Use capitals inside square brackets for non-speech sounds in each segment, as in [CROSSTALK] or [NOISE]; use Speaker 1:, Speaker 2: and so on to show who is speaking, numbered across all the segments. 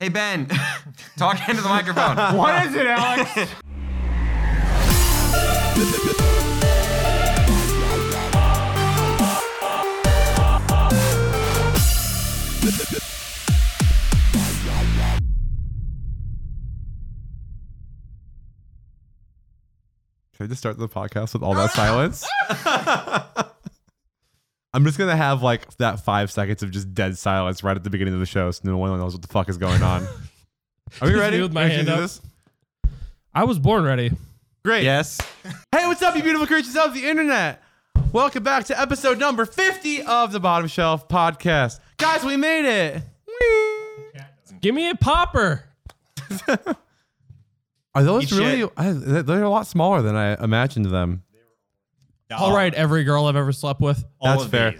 Speaker 1: Hey Ben, [LAUGHS] talk into the microphone.
Speaker 2: What is it, Alex?
Speaker 3: Should I just start the podcast with all that silence? I'm just gonna have like that five seconds of just dead silence right at the beginning of the show, so no one knows what the fuck is going on. Are we
Speaker 4: Just
Speaker 3: ready?
Speaker 4: me with my
Speaker 3: Ready to
Speaker 4: hand
Speaker 3: do
Speaker 4: up. I was born ready.
Speaker 3: Great.
Speaker 1: yes.
Speaker 3: Hey, what's up, you beautiful creatures of the internet? Welcome back to episode number 50 of the Bottom Shelf Podcast. Guys, we made it.
Speaker 4: Give me a popper.
Speaker 3: Are those
Speaker 1: Eat
Speaker 3: really?
Speaker 1: shit.
Speaker 3: I, they're a lot smaller than I imagined them.
Speaker 4: All right, every girl I've ever slept with.
Speaker 3: That's fair.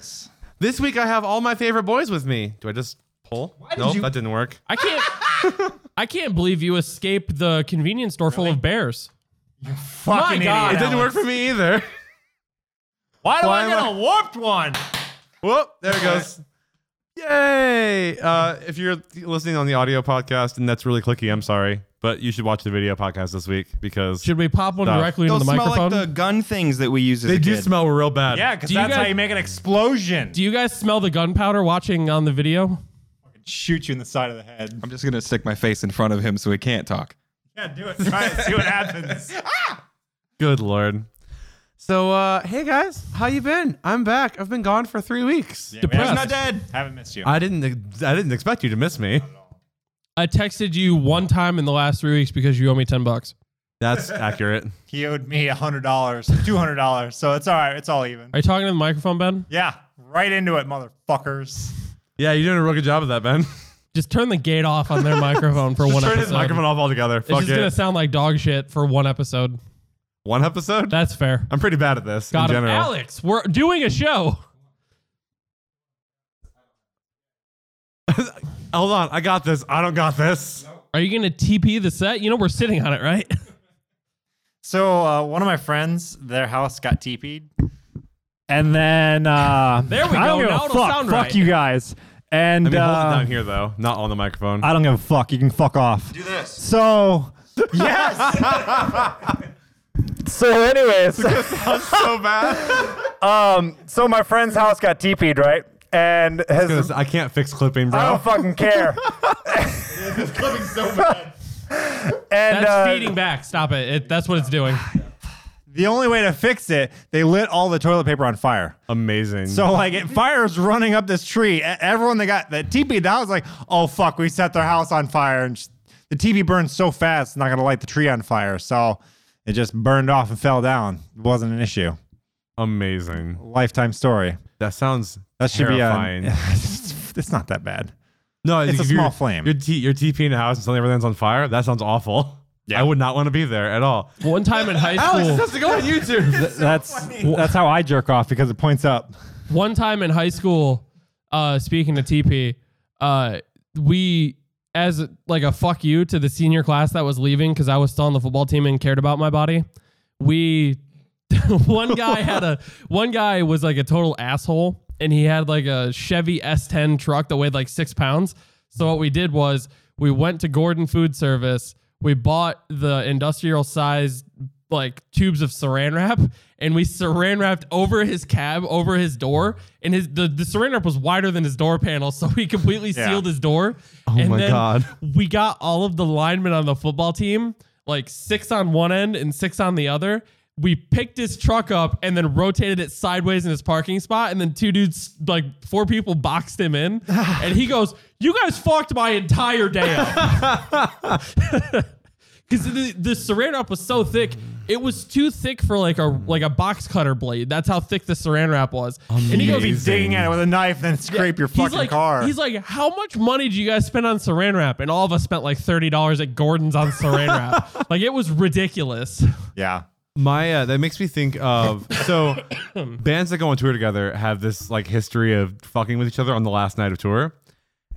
Speaker 3: This week I have all my favorite boys with me. Do I just pull? No, nope, that didn't work.
Speaker 4: I can't. I can't believe you escaped the convenience store full of bears.
Speaker 2: Fucking
Speaker 4: My God,
Speaker 2: idiot.
Speaker 3: It didn't
Speaker 2: Alex.
Speaker 3: work for me either. [LAUGHS]
Speaker 2: Why do
Speaker 3: Why
Speaker 2: I
Speaker 3: am
Speaker 2: get a warped one?
Speaker 3: Whoop, there it goes. Yay! Uh, if you're listening on the audio podcast and that's really clicky, I'm sorry, but you should watch the video podcast this week because
Speaker 4: Should we pop one
Speaker 3: No.
Speaker 4: directly into
Speaker 1: Those
Speaker 4: the
Speaker 1: smell
Speaker 4: microphone?
Speaker 1: like the gun things that we use as
Speaker 3: they
Speaker 1: a
Speaker 3: do
Speaker 1: kid.
Speaker 3: smell real bad.
Speaker 2: Yeah, because
Speaker 4: Do you
Speaker 2: that's how
Speaker 4: guys-
Speaker 2: you make an explosion.
Speaker 4: Do you guys smell the gunpowder watching on the video?
Speaker 2: Shoot you in the side of the head.
Speaker 1: I'm just gonna stick my face in front of him so he can't talk.
Speaker 2: Yeah, do it. Try it. See
Speaker 4: [LAUGHS]
Speaker 2: what happens.
Speaker 3: Good lord. So, uh, hey guys, how you been? I'm back. I've been gone for three weeks.
Speaker 4: Depressed.
Speaker 2: not dead. Haven't missed you.
Speaker 3: I didn't. I didn't expect you to miss me.
Speaker 4: I texted you one time in the last three weeks because you owe me ten bucks.
Speaker 3: That's [LAUGHS] accurate.
Speaker 2: he owed me $100, $200, so it's all right. It's all even.
Speaker 4: Are you talking to the microphone, Ben?
Speaker 2: Yeah, right into it, motherfuckers.
Speaker 3: Yeah, you're doing a real good job of that, Ben.
Speaker 4: Just turn the gate off on their microphone for
Speaker 3: [LAUGHS]
Speaker 4: one
Speaker 3: Turn
Speaker 4: episode.
Speaker 3: his microphone off altogether.
Speaker 4: It's
Speaker 3: Fuck
Speaker 4: just gonna
Speaker 3: it.
Speaker 4: sound like dog shit for one episode.
Speaker 3: One episode.
Speaker 4: That's fair.
Speaker 3: I'm pretty bad at this
Speaker 4: Got
Speaker 3: in
Speaker 4: him.
Speaker 3: general.
Speaker 4: Alex, we're doing a show.
Speaker 3: Hold on, I got this. I don't got this.
Speaker 4: Are you gonna TP the set? You know we're sitting on it, right?
Speaker 2: So uh, one of my friends, their house got teepeed, and then uh,
Speaker 4: There we
Speaker 2: I don't
Speaker 4: go.
Speaker 2: give a
Speaker 4: Now it'll
Speaker 2: fuck.
Speaker 4: sound
Speaker 2: fuck
Speaker 4: right.
Speaker 2: you guys, and
Speaker 3: I mean, hold it
Speaker 2: uh,
Speaker 3: down here though, not on the microphone.
Speaker 2: I don't give a fuck. You can fuck off. Do this. So yes. [LAUGHS] so
Speaker 3: [LAUGHS]
Speaker 2: anyways,
Speaker 3: so [LAUGHS] bad.
Speaker 2: um, so my friend's house got teepeed, right? And his
Speaker 3: I can't fix clipping, bro.
Speaker 2: I don't fucking care. And
Speaker 4: [LAUGHS] That's
Speaker 2: uh,
Speaker 4: feeding back. Stop it. it. That's what it's doing.
Speaker 2: the only way to fix it, they lit all the toilet paper on fire.
Speaker 3: Amazing.
Speaker 2: So like it fires running up this tree. E- Everyone that got that TP down was like, oh fuck, we set their house on fire and sh- the TV burned so fast, it's not gonna light the tree on fire. So it just burned off and fell down. It wasn't an issue.
Speaker 3: amazing.
Speaker 2: Lifetime story.
Speaker 3: That sounds
Speaker 2: That should
Speaker 3: terrifying. [LAUGHS]
Speaker 2: be on. [LAUGHS] it's, it's not that bad.
Speaker 3: no,
Speaker 2: It's a
Speaker 3: if you're-
Speaker 2: small flame.
Speaker 3: You're, t- you're TPing in a house and suddenly everything's on fire. That sounds awful. Yeah. I would not want to be there at all.
Speaker 4: One time in high school,
Speaker 3: to go on YouTube.
Speaker 2: that's that's how I jerk off because it points up.
Speaker 4: one time in high school, uh, speaking to TP, uh, we as like a fuck you to the senior class that was leaving because I was still on the football team and cared about my body. We [LAUGHS] one guy had a one guy was like a total asshole and he had like a Chevy S10 truck that weighed like six pounds. So what we did was we went to Gordon Food Service, we bought the industrial size like tubes of saran wrap and we saran wrapped over his cab, over his door, and his the, the saran wrap was wider than his door panel, so he completely
Speaker 2: Yeah.
Speaker 4: sealed his door. Oh
Speaker 3: my God.
Speaker 4: we got all of the linemen on the football team, like six on one end and six on the other. We picked his truck up and then rotated it sideways in his parking spot. And then two dudes, like four people, boxed
Speaker 3: [LAUGHS]
Speaker 4: him in. and he goes, You guys fucked my entire day up. [LAUGHS] Because the, the saran wrap was so thick. It was too thick for like a like a box cutter blade. That's how thick the saran wrap was. And he goes,
Speaker 2: Be digging at it with a knife, then scrape your fucking
Speaker 4: he's like,
Speaker 2: car.
Speaker 4: He's like, how much money do you guys spend on saran wrap? And all of us spent like thirty dollars at Gordon's on saran wrap. Like it was ridiculous.
Speaker 2: yeah.
Speaker 3: My uh, that makes me think of so bands that go on tour together have this like history of fucking with each other on the last night of tour.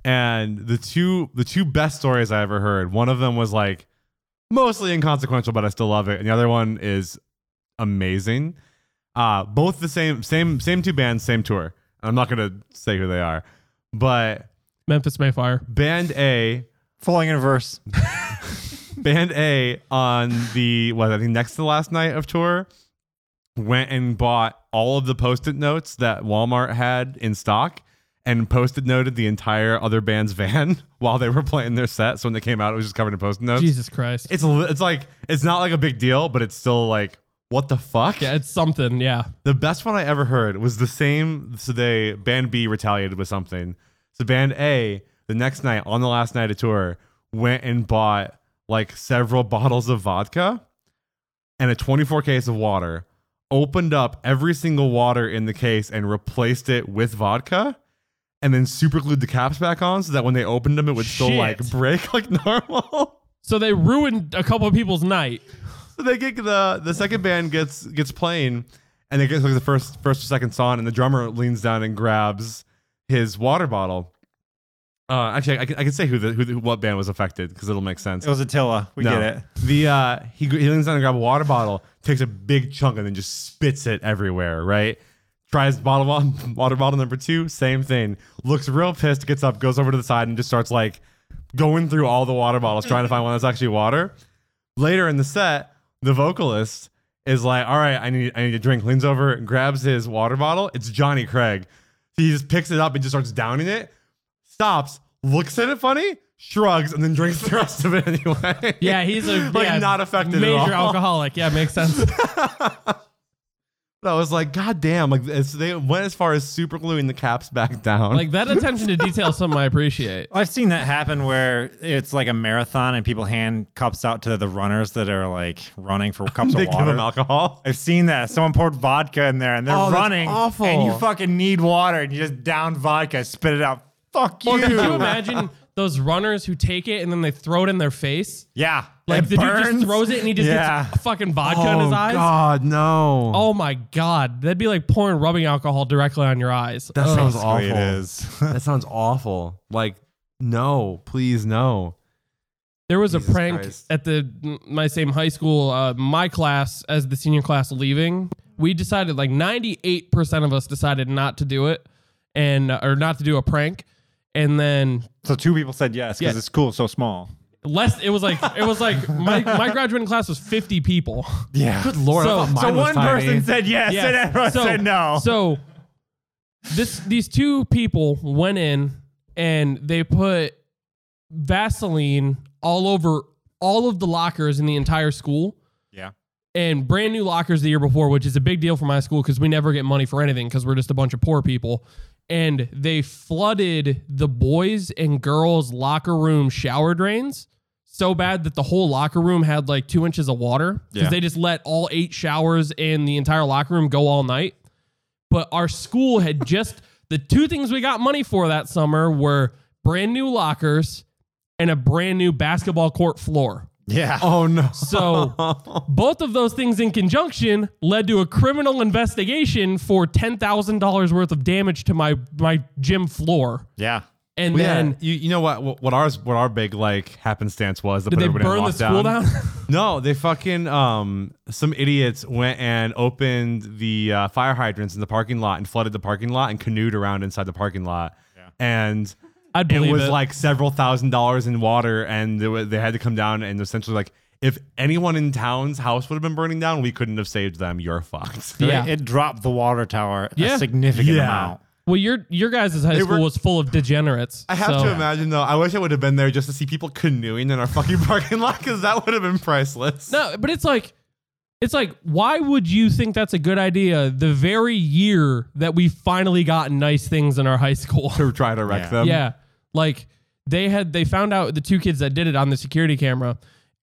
Speaker 3: And the two the two best stories I ever heard, one of them was like mostly inconsequential, but I still love it. And the other one is amazing. Uh both the same same same two bands, same tour. I'm not gonna say who they are, but
Speaker 4: Memphis Mayfire.
Speaker 3: band A
Speaker 2: falling in reverse.
Speaker 3: Band A on the what I think next to the last night of tour went and bought all of the post-it notes that Walmart had in stock and post-it noted the entire other band's van [LAUGHS] while they were playing their set. So when they came out, it was just covered in post-it notes.
Speaker 4: Jesus Christ.
Speaker 3: It's a li- it's like it's not like a big deal, but it's still like what the fuck?
Speaker 4: yeah, it's something. Yeah.
Speaker 3: The best one I ever heard was the same. So they band B retaliated with something. So band A the next night on the last night of tour went and bought like several [LAUGHS] bottles of vodka and a 24 case of water. Opened up every single water in the case and replaced it with vodka. And then super glued the caps back on so that when they opened them, it would still
Speaker 4: Shit.
Speaker 3: like break [LAUGHS] like normal.
Speaker 4: So they ruined a couple of people's night.
Speaker 3: So they get the the second band gets gets playing, and they get like the first first or second song, and the drummer leans down and grabs his water bottle. Uh, actually, I, can I can say who the, who the what band was affected because it'll make sense.
Speaker 2: It was Attila. We Oh, get it.
Speaker 3: The uh, he he leans down and grabs a water bottle, takes a big chunk, and then just spits it everywhere. Right? Tries bottle one, [LAUGHS] water bottle number two, same thing. Looks real pissed, gets up, goes over to the side, and just starts like going through all the water bottles, trying to find one that's actually water. Later in the set, the vocalist is like, "All right, I need I need a drink." Leans over, and grabs his water bottle. It's Johnny Craig. He just picks it up and just starts downing it. Stops, looks at it funny, shrugs, and then drinks the [LAUGHS] rest of it anyway.
Speaker 4: Yeah, he's a
Speaker 3: [LAUGHS] Like,
Speaker 4: yeah,
Speaker 3: not affected at
Speaker 4: major
Speaker 3: all.
Speaker 4: alcoholic. Yeah, makes sense.
Speaker 3: But [LAUGHS] I was like, God damn! Like it's, they went as far as super gluing the caps back down.
Speaker 4: like that attention to detail is something I appreciate.
Speaker 2: I've seen that happen where it's like a marathon and people hand cups out to the runners that are like
Speaker 4: [LAUGHS]
Speaker 2: running for
Speaker 3: [LAUGHS]
Speaker 2: cups
Speaker 3: they
Speaker 2: of
Speaker 3: give them
Speaker 2: water.
Speaker 3: alcohol.
Speaker 2: I've seen that. Someone poured vodka in there and they're
Speaker 3: Oh, that's
Speaker 2: running.
Speaker 3: awful.
Speaker 2: And you fucking need water and you just down vodka, spit it out. Fuck you.
Speaker 4: Or could you imagine those runners who take it and then they throw it in their face?
Speaker 2: yeah.
Speaker 4: Like
Speaker 2: It
Speaker 4: the dude
Speaker 2: burns.
Speaker 4: just throws it and he just
Speaker 2: yeah.
Speaker 4: [LAUGHS] gets fucking vodka in his eyes.
Speaker 3: Oh, God, no!
Speaker 4: Oh my god, that'd be like pouring rubbing alcohol directly on your eyes.
Speaker 3: that
Speaker 4: Ugh.
Speaker 3: sounds awful.
Speaker 2: Basically It is.
Speaker 3: that sounds awful. Like, no, please, no.
Speaker 4: There was
Speaker 3: Jesus
Speaker 4: a prank
Speaker 3: Christ.
Speaker 4: at the my same high school, uh, my class as the senior class leaving. We decided like ninety eight percent of us decided not to do it, and uh, or not to do a prank, and then
Speaker 2: [LAUGHS] so two people said yes because
Speaker 4: Yeah.
Speaker 2: it's cool, so small.
Speaker 4: less. It was like it was like my
Speaker 3: [LAUGHS]
Speaker 4: my graduating class was fifty people.
Speaker 2: Yeah.
Speaker 3: Good lord!
Speaker 4: [LAUGHS] So-
Speaker 3: I thought mine
Speaker 2: So
Speaker 3: was
Speaker 2: one
Speaker 3: tiny.
Speaker 2: person said yes,
Speaker 4: Yeah.
Speaker 2: and everyone said no.
Speaker 4: So this these two people went in and they put Vaseline all over all of the lockers in the entire school
Speaker 2: yeah.
Speaker 4: and brand new lockers the year before, which is a big deal for my school because we never get money for anything because we're just a bunch of poor people. And they flooded the boys and girls locker room shower drains so bad that the whole locker room had like two inches of water because
Speaker 2: Yeah.
Speaker 4: they just let all eight showers in the entire locker room go all night. But our school had [LAUGHS] just the two things we got money for that summer were brand new lockers and a brand new basketball court floor.
Speaker 2: Yeah.
Speaker 3: "Oh no!"
Speaker 4: So both of those things in conjunction led to a criminal investigation for ten thousand dollars worth of damage to my my gym floor,
Speaker 2: Yeah.
Speaker 4: and
Speaker 3: Well, yeah,
Speaker 4: then
Speaker 3: you you know what what- what ours what our big like happenstance was that
Speaker 4: did
Speaker 3: put
Speaker 4: they
Speaker 3: everybody
Speaker 4: burn
Speaker 3: on
Speaker 4: the school down? [LAUGHS]
Speaker 3: No, they fucking um some idiots went and opened the uh, fire hydrants in the parking lot and flooded the parking lot and canoed around inside the parking lot. And
Speaker 4: I'd
Speaker 3: it
Speaker 4: believe
Speaker 3: was
Speaker 4: it.
Speaker 3: like several thousand dollars in water and they, were, they had to come down and essentially like if anyone in town's house would have been burning down, we couldn't have saved them. You're fucked.
Speaker 4: Yeah.
Speaker 2: It dropped the water tower
Speaker 4: Yeah.
Speaker 2: a significant
Speaker 3: Yeah.
Speaker 2: amount.
Speaker 4: well, your your guys' high school
Speaker 3: were-
Speaker 4: was full of degenerates.
Speaker 3: [LAUGHS] I have
Speaker 4: so-
Speaker 3: to imagine though. I wish I would have been there just to see people canoeing in our fucking [LAUGHS] parking lot because that would have been priceless.
Speaker 4: No, but it's like it's like why would you think that's a good idea the very year that we finally got nice things in our high school?
Speaker 3: to try to wreck
Speaker 2: Yeah.
Speaker 3: them.
Speaker 4: yeah. Like they had they found out the two kids that did it on the security camera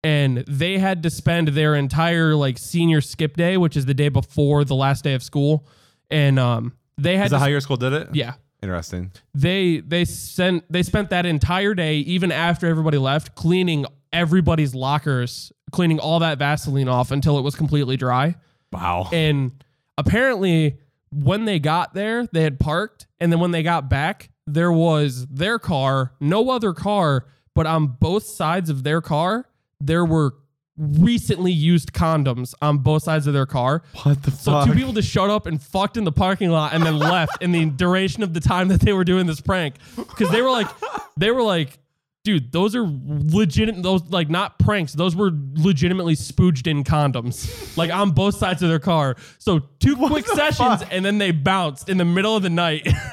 Speaker 4: and they had to spend their entire like senior skip day, which is the day before the last day of school. And um they had
Speaker 3: Is that
Speaker 4: to
Speaker 3: how
Speaker 4: sp-
Speaker 3: your school did it?
Speaker 4: yeah.
Speaker 3: Interesting.
Speaker 4: They they sent they spent that entire day even after everybody left cleaning everybody's lockers, cleaning all that Vaseline off until it was completely dry.
Speaker 3: Wow.
Speaker 4: And apparently, when they got there, they had parked. And then when they got back, there was their car, no other car, but on both sides of their car, there were recently used condoms on both sides of their car.
Speaker 3: What the
Speaker 4: So two people just showed up and fucked in the parking lot and then left in the duration of the time that they were doing this prank. Because they were like, they were like, dude, those are legit. Those like not pranks. Those were legitimately spooged in condoms, like on both sides of their car. So two quick sessions, and then they bounced in the middle of the night. [LAUGHS]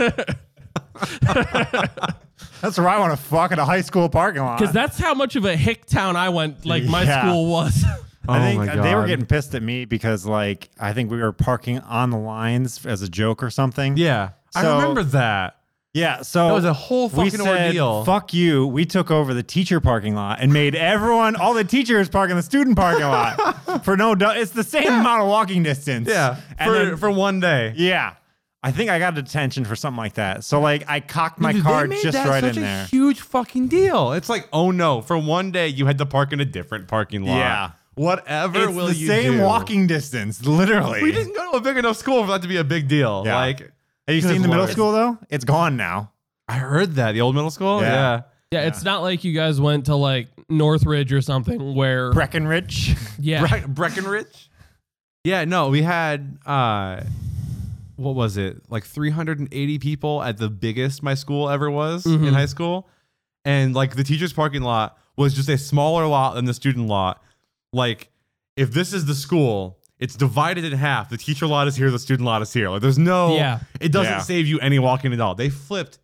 Speaker 2: That's where I want to fuck in a high school parking lot.
Speaker 4: Because that's how much of a hick town I went. Like my
Speaker 2: Yeah.
Speaker 4: school was.
Speaker 2: I
Speaker 3: Oh
Speaker 2: think
Speaker 3: my
Speaker 2: they were
Speaker 3: God.
Speaker 2: getting pissed at me because, like, I think we were parking on the lines as a joke or something.
Speaker 3: Yeah, I
Speaker 2: So-
Speaker 3: remember that.
Speaker 2: Yeah, so
Speaker 3: That was a whole
Speaker 2: we
Speaker 3: fucking
Speaker 2: said,
Speaker 3: ordeal.
Speaker 2: Fuck you. We took over the teacher parking lot and made everyone, all the teachers park in the student parking
Speaker 3: [LAUGHS]
Speaker 2: lot for no. Do- it's the same amount of walking distance.
Speaker 3: Yeah,
Speaker 2: and
Speaker 3: for
Speaker 2: then-
Speaker 3: for one day.
Speaker 2: yeah. I think I got a detention for something like that. So like, I cocked my
Speaker 3: Dude,
Speaker 2: car
Speaker 3: they made
Speaker 2: just
Speaker 3: that
Speaker 2: right
Speaker 3: such
Speaker 2: in
Speaker 3: a
Speaker 2: there.
Speaker 3: Huge fucking deal. It's like, oh no, for one day you had to park in a different parking lot.
Speaker 2: Yeah.
Speaker 3: Whatever
Speaker 2: it's
Speaker 3: will
Speaker 2: the
Speaker 3: you
Speaker 2: same
Speaker 3: do?
Speaker 2: walking distance, literally.
Speaker 3: We didn't go to a big enough school for that to be a big deal.
Speaker 2: Yeah.
Speaker 3: Like
Speaker 2: Have you
Speaker 3: Good
Speaker 2: seen the middle
Speaker 3: Lord.
Speaker 2: school though? It's gone now.
Speaker 3: I heard that the old middle school.
Speaker 2: Yeah.
Speaker 3: Yeah.
Speaker 4: yeah, it's not like you guys went to like Northridge or something where.
Speaker 2: Breckenridge.
Speaker 4: yeah.
Speaker 3: Bre- Breckenridge. Yeah. No, we had uh, what was it? Like 380 people at the biggest my school ever was in high school, and like the teachers' parking lot was just a smaller lot than the student lot. Like, if this is the school. It's divided in half. The teacher lot is here. The student lot is here. Like, there's no.
Speaker 4: Yeah.
Speaker 3: It doesn't
Speaker 2: Yeah.
Speaker 3: save you any walking at all. They flipped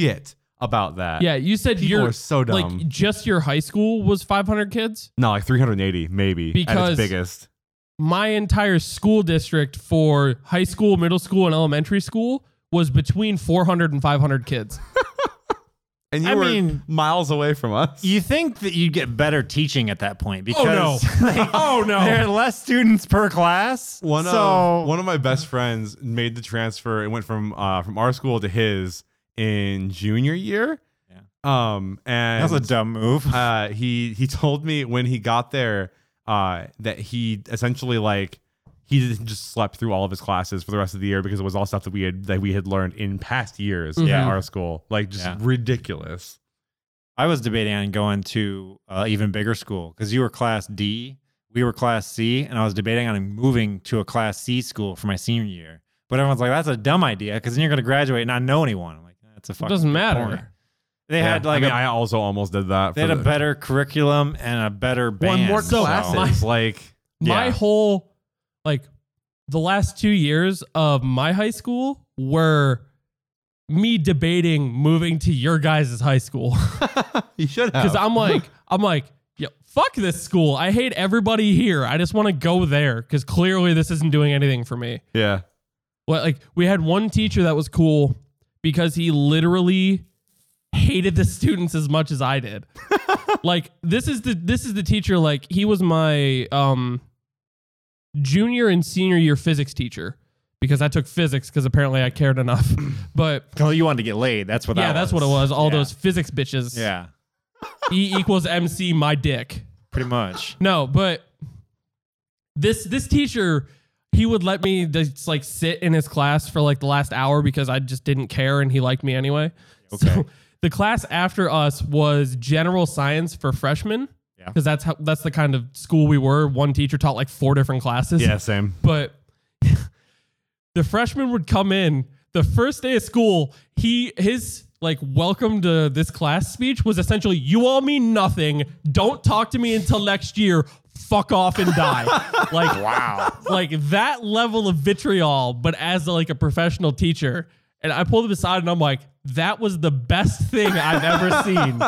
Speaker 3: shit about that.
Speaker 4: Yeah, you said
Speaker 3: People
Speaker 4: your
Speaker 3: are so dumb.
Speaker 4: like just your high school was 500 kids.
Speaker 3: No, like 380 maybe at
Speaker 4: Because-
Speaker 3: its biggest.
Speaker 4: My entire school district for high school, middle school, and elementary school was between 400 and 500 kids.
Speaker 3: And you
Speaker 2: I
Speaker 3: were
Speaker 2: mean-
Speaker 3: miles away from us.
Speaker 2: [LAUGHS] You think that you'd get better teaching at that point because [LAUGHS]
Speaker 4: no. oh
Speaker 2: there are less students per class.
Speaker 3: One
Speaker 2: so
Speaker 3: of one of my best friends made the transfer and went from uh, from our school to his in junior year. Yeah. Um and
Speaker 2: that was a dumb move.
Speaker 3: [LAUGHS] uh, he he told me when he got there uh, that he essentially like he didn't just slept through all of his classes for the rest of the year because it was all stuff that we had that we had learned in past years at
Speaker 2: Yeah.
Speaker 3: our school. Like just
Speaker 2: Yeah.
Speaker 3: ridiculous.
Speaker 2: [LAUGHS] I was debating on going to uh, even bigger school because you were class D, we were class C, and I was debating on moving to a class C school for my senior year. But everyone's like, "That's a dumb idea," because then you're going to graduate and not know anyone. I'm like, "That's a fucking
Speaker 4: doesn't
Speaker 2: good
Speaker 4: matter.
Speaker 2: point." They
Speaker 3: Yeah.
Speaker 2: had like
Speaker 3: I mean,
Speaker 2: a-
Speaker 3: I also almost did that.
Speaker 2: they
Speaker 3: for
Speaker 2: had a
Speaker 3: the-
Speaker 2: better curriculum and a better band.
Speaker 3: one more [LAUGHS]
Speaker 2: so-
Speaker 3: classes. like
Speaker 4: My
Speaker 2: Yeah.
Speaker 4: whole like the last 2 years of my high school were me debating moving to your guys' high school.
Speaker 3: you should have.
Speaker 4: because I'm like, I'm like, yeah, fuck this school. I hate everybody here. I just want to go there because clearly this isn't doing anything for me.
Speaker 3: yeah.
Speaker 4: Well, like we had one teacher that was cool because he literally hated the students as much as I
Speaker 2: [LAUGHS]
Speaker 4: did. like this is the this is the teacher. Like he was my um junior and senior year physics teacher because I took physics because apparently I cared
Speaker 2: [CLEARS THROAT]
Speaker 4: enough. but
Speaker 2: Oh, you wanted to get laid. That's what.
Speaker 4: yeah,
Speaker 2: that
Speaker 4: that's what it was. All
Speaker 2: Yeah.
Speaker 4: those physics bitches.
Speaker 2: Yeah,
Speaker 4: E equals MC my dick.
Speaker 2: pretty much.
Speaker 4: No, but this this teacher, he would let me just like sit in his class for like the last hour because I just didn't care and he liked me anyway.
Speaker 2: Okay.
Speaker 4: So [LAUGHS] the class after us was general science for freshmen.
Speaker 2: Yeah.
Speaker 4: Because that's how that's the kind of school we were. One teacher taught like four different classes.
Speaker 3: Yeah, same.
Speaker 4: But [LAUGHS] the freshman would come in the first day of school. He his like welcome to this class speech was essentially you all mean nothing. Don't talk to me until next year. Fuck off and die. like
Speaker 2: Wow.
Speaker 4: like that level of vitriol, but as like a professional teacher. And I pulled him aside and I'm like, that was the best thing I've ever seen.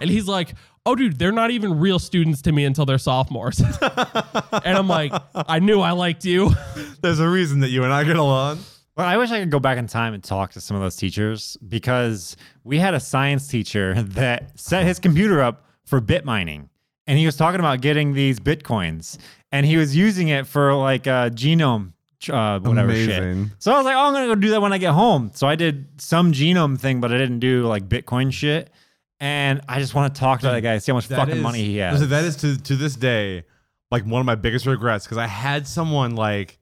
Speaker 4: and he's like, oh, dude, they're not even real students to me until they're sophomores. [LAUGHS] and I'm like, I knew I liked you.
Speaker 3: There's a reason that you and I get along.
Speaker 2: Well, I wish I could go back in time and talk to some of those teachers because we had a science teacher [LAUGHS] that set his computer up for bit mining. And he was talking about getting these bitcoins and he was using it for like uh, genome, uh, whatever
Speaker 3: Amazing.
Speaker 2: shit. So I was like, oh, I'm going to go do that when I get home. So I did some genome thing, but I didn't do like bitcoin shit. And I just want to talk to that guy, see how much fucking money he has.
Speaker 3: Listen, that is to to this day, like one of my biggest regrets because I had someone like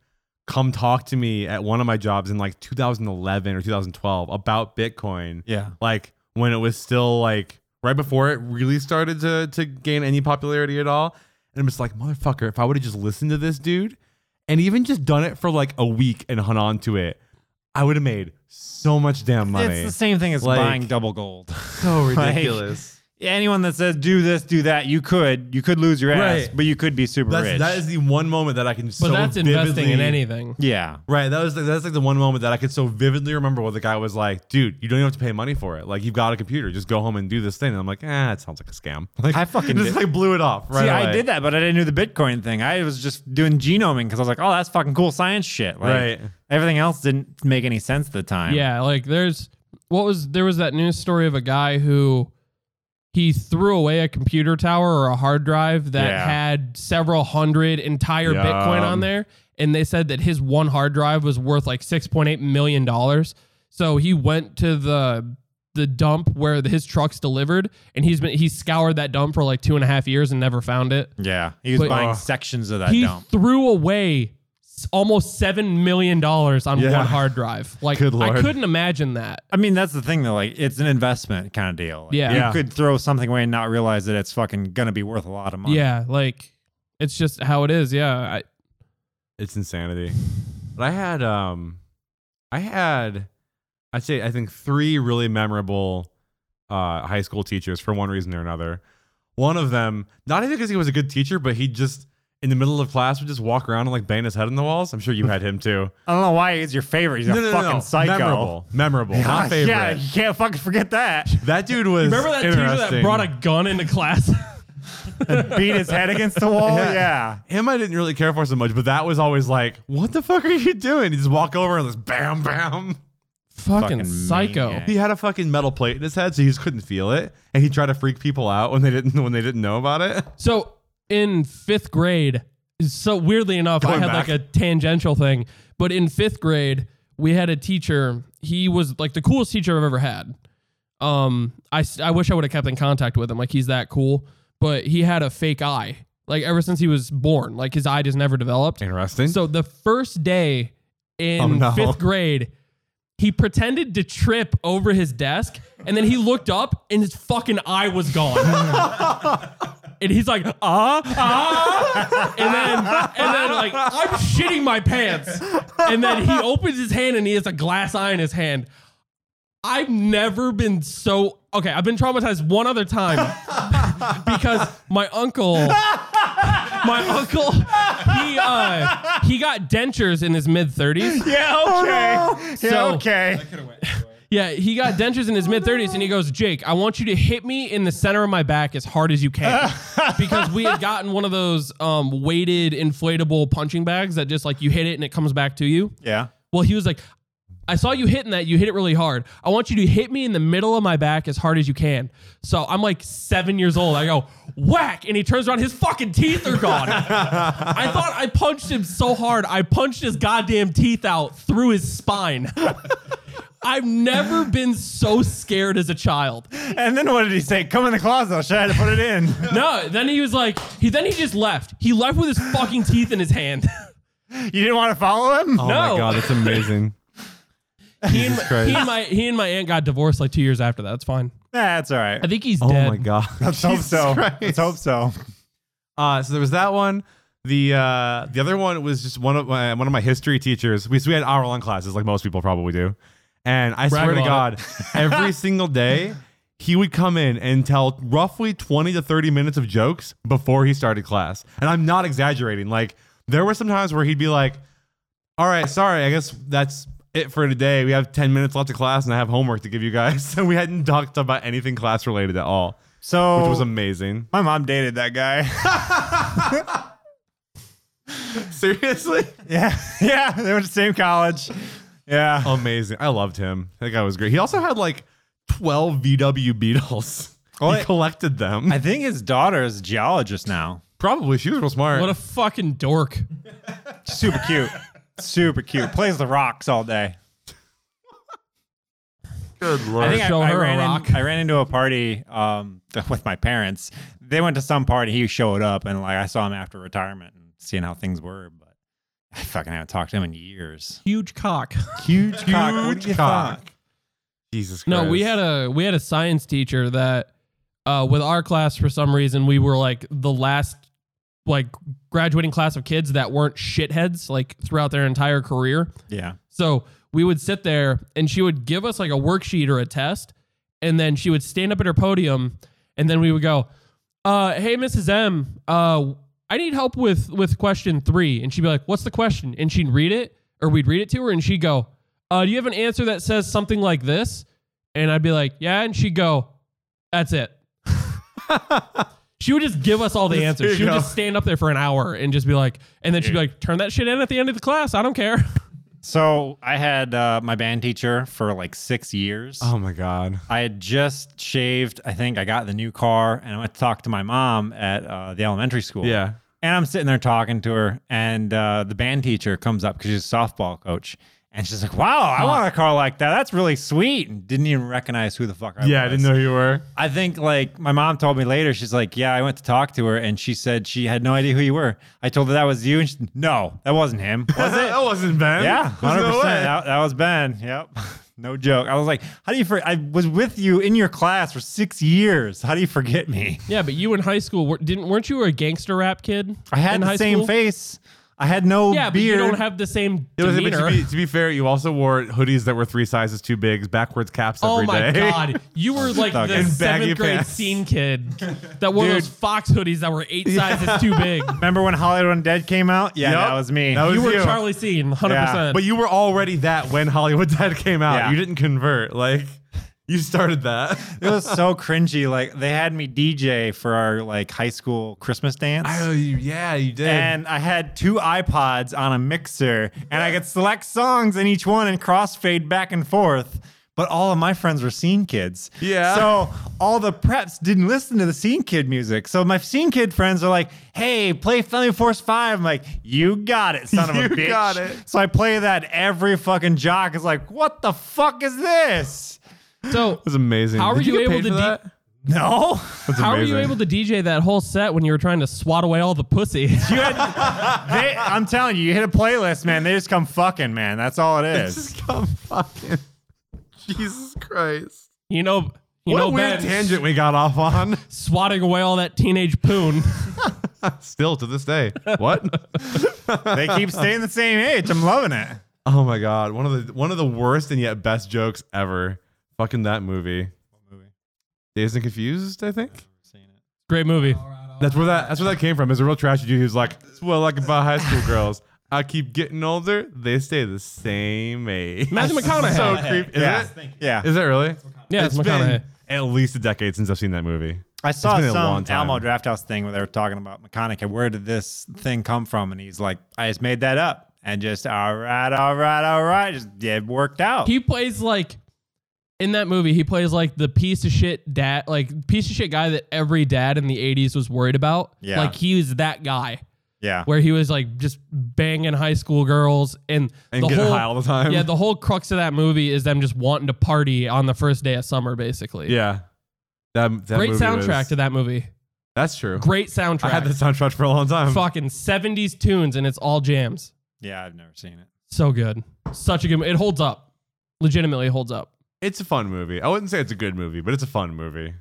Speaker 3: come talk to me at one of my jobs in like 2011 or 2012 about Bitcoin.
Speaker 2: yeah.
Speaker 3: Like when it was still like right before it really started to to gain any popularity at all. And I'm just like, motherfucker, if I would have just listened to this dude and even just done it for like a week and hung on to it, I would have made so much damn money.
Speaker 2: It's the same thing as
Speaker 3: Like- [LAUGHS]
Speaker 2: buying double gold. [LAUGHS]
Speaker 3: so
Speaker 2: Like-
Speaker 3: ridiculous.
Speaker 2: anyone that says do this, do that, you could you could lose your ass,
Speaker 3: Right.
Speaker 2: but you could be super
Speaker 3: That's,
Speaker 2: rich.
Speaker 3: that is the one moment that I can.
Speaker 4: But
Speaker 3: so
Speaker 4: that's investing in
Speaker 3: vividly-
Speaker 4: anything.
Speaker 2: yeah.
Speaker 3: Right. That was that's like the one moment that I could so vividly remember where the guy was like, "Dude, you don't even have to pay money for it. Like, you've got a computer. Just go home and do this thing." And I'm like, "Ah, it sounds like a scam." [LAUGHS] Like,
Speaker 2: I fucking
Speaker 3: just
Speaker 2: did-
Speaker 3: like blew it off. Right.
Speaker 2: See, I
Speaker 3: away.
Speaker 2: did that, but I didn't do the Bitcoin thing. I was just doing genoming because I was like, oh, that's fucking cool science shit. Like,
Speaker 3: Right.
Speaker 2: Everything else didn't make any sense at the time.
Speaker 4: Yeah, like there's what was there was that news story of a guy who he threw away a computer tower or a hard drive that
Speaker 2: Yeah.
Speaker 4: had several hundred entire
Speaker 3: Yeah.
Speaker 4: Bitcoin on there, and they said that his one hard drive was worth like six point eight million dollars. So he went to the the dump where the, his truck's delivered, and he's been he scoured that dump for like two and a half years and never found it.
Speaker 2: Yeah. He was
Speaker 4: But-
Speaker 2: buying
Speaker 3: Ugh.
Speaker 2: sections of that
Speaker 4: he
Speaker 2: dump.
Speaker 4: threw away s- almost seven million dollars on
Speaker 3: Yeah.
Speaker 4: one
Speaker 3: [LAUGHS]
Speaker 4: hard drive. Like
Speaker 3: Good
Speaker 4: I
Speaker 3: lord.
Speaker 4: couldn't imagine that.
Speaker 2: I mean, that's the thing though. Like, it's an investment kind of deal. Like,
Speaker 4: Yeah.
Speaker 2: You
Speaker 3: Yeah.
Speaker 2: could throw something away and not realize that it's fucking gonna be worth a lot of money.
Speaker 4: Yeah, like it's just how it is. Yeah, I,
Speaker 3: It's
Speaker 4: [LAUGHS]
Speaker 3: insanity. But I had um I had I'd say I think three really memorable uh high school teachers for one reason or another. One of them, not even because he was a good teacher, but he just in the middle of class would just walk around and like bang his head on the walls. I'm sure you had him
Speaker 4: [LAUGHS]
Speaker 3: too.
Speaker 2: I don't know why he's your favorite. He's a fucking psycho.
Speaker 3: Memorable. Memorable.
Speaker 2: Ah,
Speaker 3: Not favorite.
Speaker 2: Yeah, you can't fucking forget that.
Speaker 3: That dude was
Speaker 4: remember that teacher that
Speaker 3: interesting.
Speaker 4: brought a gun into class. [LAUGHS]
Speaker 2: Beat his head against the wall.
Speaker 3: Yeah.
Speaker 2: Yeah.
Speaker 3: him I didn't really care for so much, but that was always like, what the fuck are you doing? He just walk over and just bam bam.
Speaker 4: Fucking,
Speaker 2: Fucking
Speaker 4: psycho.
Speaker 2: maniac.
Speaker 3: He had a fucking metal plate in his head, so he just couldn't feel it, and he tried to freak people out when they didn't when they didn't know about it.
Speaker 4: So in fifth grade, so weirdly enough, I
Speaker 3: Going
Speaker 4: had
Speaker 3: back.
Speaker 4: like a tangential thing, but in fifth grade, we had a teacher. He was like the coolest teacher I've ever had. Um, I, s- I wish I would have kept in contact with him. Like he's that cool, but he had a fake eye. Like ever since he was born, like his eye just never developed.
Speaker 3: Interesting.
Speaker 4: So the first day in
Speaker 3: Oh, no.
Speaker 4: fifth grade, he pretended to trip over his desk, and then he looked up, and his fucking eye
Speaker 3: [LAUGHS]
Speaker 4: was gone. and he's like, ah, ah, and then and then like I'm shitting my pants, and then he opens his hand, and he has a glass eye in his hand. I've never been so okay. I've been traumatized one other time [LAUGHS] because my uncle, my uncle, he uh, he got dentures in his mid thirties.
Speaker 2: Yeah. Okay. Yeah.
Speaker 4: So-
Speaker 2: okay.
Speaker 4: Yeah, he got dentures in his mid 30s and he goes, Jake, I want you to hit me in the center of my back as hard as you can. because we had gotten one of those um, weighted inflatable punching bags that just like you hit it and it comes back to you.
Speaker 2: Yeah.
Speaker 4: Well, he was like, I saw you hitting that. You hit it really hard. I want you to hit me in the middle of my back as hard as you can. So I'm like seven years old. I go, whack. And he turns around. His fucking teeth are gone. I thought I punched him so hard. I punched his goddamn teeth out through his spine. [LAUGHS] I've never been so scared as a child.
Speaker 2: And then what did he say? Come in the closet. Should I had to put it [LAUGHS] in?
Speaker 4: No, then he was like, he then he just left. He left with his fucking teeth in his hand. [LAUGHS]
Speaker 2: You didn't want to follow him?
Speaker 3: oh
Speaker 4: no.
Speaker 3: my god, that's amazing.
Speaker 4: He and,
Speaker 3: Jesus Christ.
Speaker 4: he and my he and my aunt got divorced like two years after that. That's fine.
Speaker 2: That's all right.
Speaker 4: I think he's
Speaker 3: oh
Speaker 4: dead.
Speaker 3: my god.
Speaker 2: Let's
Speaker 3: [LAUGHS]
Speaker 2: hope
Speaker 3: Jesus
Speaker 2: so. Let's
Speaker 3: Christ.
Speaker 2: hope so.
Speaker 3: Uh, so there was that one. The uh, the other one was just one of my one of my history teachers. We so we had hour long classes like most people probably do, and I
Speaker 4: Brag
Speaker 3: swear to
Speaker 4: about
Speaker 3: God,
Speaker 4: [LAUGHS]
Speaker 3: every single day he would come in and tell roughly twenty to thirty minutes of jokes before he started class, and I'm not exaggerating. Like there were some times where he'd be like, "All right, sorry, I guess that's." It for today. We have 10 minutes left of class and I have homework to give you guys. [LAUGHS] And we hadn't talked about anything class related at all,
Speaker 2: So
Speaker 3: which
Speaker 2: Oh.
Speaker 3: was amazing. [LAUGHS]
Speaker 2: my mom dated that guy. [LAUGHS]
Speaker 3: Seriously?
Speaker 2: yeah. Yeah. They went to the same college. Yeah.
Speaker 3: Amazing. I loved him. That guy was great. He also had like 12 VW Beetles. he
Speaker 2: Well,
Speaker 3: collected them.
Speaker 2: I think his daughter is a geologist now.
Speaker 3: Probably. She was real smart.
Speaker 4: What a fucking dork.
Speaker 2: Super cute. Super cute. Plays the rocks all day.
Speaker 3: [LAUGHS] good lord.
Speaker 2: I think
Speaker 4: Show
Speaker 2: I, I
Speaker 4: her a
Speaker 2: ran in-
Speaker 4: rock.
Speaker 2: I ran into a party um, [LAUGHS] with my parents. They went to some party. He showed up, and like I saw him after retirement and seeing how things were. But I fucking haven't talked to him in years.
Speaker 4: Huge cock.
Speaker 2: Huge, cock. What
Speaker 3: Huge
Speaker 2: do you
Speaker 3: cock.
Speaker 2: think?
Speaker 3: Jesus Christ.
Speaker 4: No, we had a we had a science teacher that uh with our class for some reason we were like the last like graduating class of kids that weren't shitheads like throughout their entire career.
Speaker 2: Yeah.
Speaker 4: So we would sit there and she would give us like a worksheet or a test, and then she would stand up at her podium and then we would go, uh, "Hey, Mrs. M, uh, I need help with with question three. And she'd be like, "What's the question?" And she'd read it, or we'd read it to her, and she'd go, uh, "Do you have an answer that says something like this?" And I'd be like, "Yeah," and she'd go,
Speaker 3: [LAUGHS]
Speaker 4: "That's it." She would just give us all the answers.
Speaker 3: you
Speaker 4: She would
Speaker 3: go.
Speaker 4: just stand up there for an hour and just be like, and then she'd be like, turn that shit in at the end of the class. I don't care.
Speaker 2: So I had uh, my band teacher for like six years.
Speaker 3: Oh my god.
Speaker 2: I had just shaved. I think I got the new car, and I went to talk to my mom at uh, the elementary school.
Speaker 3: Yeah.
Speaker 2: And I'm sitting there talking to her, and uh, the band teacher comes up because she's a softball coach. And she's like, wow, I want a car like that. That's really sweet. And didn't even recognize who the fuck I was.
Speaker 3: Yeah, I didn't know who you were.
Speaker 2: I think like my mom told me later, she's like, Yeah, I went to talk to her and she said she had no idea who you were. I told her that was you. And she, no, that wasn't him.
Speaker 3: [LAUGHS]
Speaker 2: Was it?
Speaker 3: that wasn't Ben.
Speaker 2: yeah,
Speaker 3: There's
Speaker 2: 100%.
Speaker 3: no way.
Speaker 2: that, that was Ben. Yep. [LAUGHS] No joke. I was like, How do you forget? I was with you in your class for six years. How do you forget me?
Speaker 4: yeah, but you in high school were, didn't weren't you a gangster rap kid?
Speaker 2: I had
Speaker 4: in
Speaker 2: the
Speaker 4: high
Speaker 2: same
Speaker 4: school?
Speaker 2: face. I had no
Speaker 4: Yeah, but
Speaker 2: beard.
Speaker 4: you don't have the same
Speaker 3: It was, but
Speaker 4: demeanor.
Speaker 3: to, be, to be fair, you also wore hoodies that were three sizes too big, backwards caps
Speaker 4: oh
Speaker 3: every day.
Speaker 4: my god, you were like
Speaker 2: Thug
Speaker 4: the
Speaker 2: it.
Speaker 3: And baggy
Speaker 4: seventh grade
Speaker 3: pants.
Speaker 4: scene kid that wore those
Speaker 3: Dude.
Speaker 4: fox hoodies that were
Speaker 3: [LAUGHS]
Speaker 4: eight sizes too big.
Speaker 2: Remember when Hollywood Undead came out? Yeah,
Speaker 3: Yep.
Speaker 2: that was me.
Speaker 3: That was
Speaker 4: You were
Speaker 3: you.
Speaker 4: Charlie Scene, hundred
Speaker 2: Yeah,
Speaker 3: [LAUGHS]
Speaker 4: percent.
Speaker 3: But you were already that when Hollywood Dead came out.
Speaker 2: Yeah.
Speaker 3: You didn't convert. Like you started that.
Speaker 2: it was so cringy. Like they had me DJ for our like high school Christmas dance.
Speaker 3: you, yeah, you did.
Speaker 2: and I had two iPods on a mixer, and I could select songs in each one and crossfade back and forth. But all of my friends were scene kids.
Speaker 3: Yeah.
Speaker 2: So all the preps didn't listen to the scene kid music. So my scene kid friends are like, hey, play Family Force 5. I'm like, you got it, son of a bitch.
Speaker 3: [LAUGHS] You got it.
Speaker 2: So I play that every fucking jock is like, what the fuck is this?
Speaker 4: so
Speaker 3: It [LAUGHS] was amazing.
Speaker 4: How
Speaker 3: Did
Speaker 4: were you
Speaker 3: get
Speaker 4: able
Speaker 3: paid
Speaker 4: to
Speaker 3: for
Speaker 4: de-
Speaker 3: that? [LAUGHS]
Speaker 2: No.
Speaker 3: That's
Speaker 4: how were you
Speaker 3: amazing.
Speaker 4: able to DJ that whole set when you were trying to swat away all the pussy? [LAUGHS]
Speaker 2: You had, they, I'm telling you, you hit a playlist, man. They just come fucking, man. That's all it is.
Speaker 3: Just [LAUGHS] come fucking. Jesus Christ.
Speaker 4: you know, you
Speaker 3: what
Speaker 4: know,
Speaker 3: a weird
Speaker 4: Ben,
Speaker 3: tangent we got off on.
Speaker 4: swatting away all that teenage poon.
Speaker 3: Still to this day. What? [LAUGHS]
Speaker 2: they keep staying the same age. I'm loving it.
Speaker 3: oh my god. One of the one of the worst and yet best jokes ever. Fucking that movie. Dazed and Confused, I think.
Speaker 4: Great movie.
Speaker 3: That's where that that's where that came from. It's a real trash dude who's like, "It's what I like about high school girls. I keep getting older, they stay the same age. [LAUGHS]
Speaker 4: Matthew McConaughey.
Speaker 3: so creepy. Is
Speaker 2: yeah.
Speaker 3: it?
Speaker 2: Yeah.
Speaker 3: Is it really?
Speaker 4: Yeah, it's
Speaker 3: it's been
Speaker 4: McConaughey.
Speaker 3: at least a decade since I've seen that movie.
Speaker 2: I saw
Speaker 3: been a
Speaker 2: some
Speaker 3: long time.
Speaker 2: Alamo Drafthouse thing where they were talking about McConaughey. Where did this thing come from? And he's like, I just made that up. And just, all right, all right, all right. Just, yeah, it worked out.
Speaker 4: He plays like in that movie. He plays like the piece of shit dad, like piece of shit guy that every dad in the '80s was worried about.
Speaker 2: Yeah.
Speaker 4: like he was that guy
Speaker 2: yeah.
Speaker 4: where he was like just banging high school girls and,
Speaker 3: And
Speaker 4: the
Speaker 3: getting
Speaker 4: whole
Speaker 3: high all the time.
Speaker 4: yeah. The whole crux of that movie is them just wanting to party on the first day of summer, basically.
Speaker 3: Yeah. That, that
Speaker 4: great
Speaker 3: movie
Speaker 4: soundtrack
Speaker 3: was-
Speaker 4: to that movie.
Speaker 3: That's true.
Speaker 4: Great soundtrack.
Speaker 3: I had um, the soundtrack for a long time.
Speaker 4: fucking '70s tunes, and it's all jams.
Speaker 2: Yeah, I've never seen it. [LAUGHS]
Speaker 4: So good. Such a good. It holds up. Legitimately holds up.
Speaker 3: It's a fun movie. I wouldn't say it's a good movie, but it's a fun movie.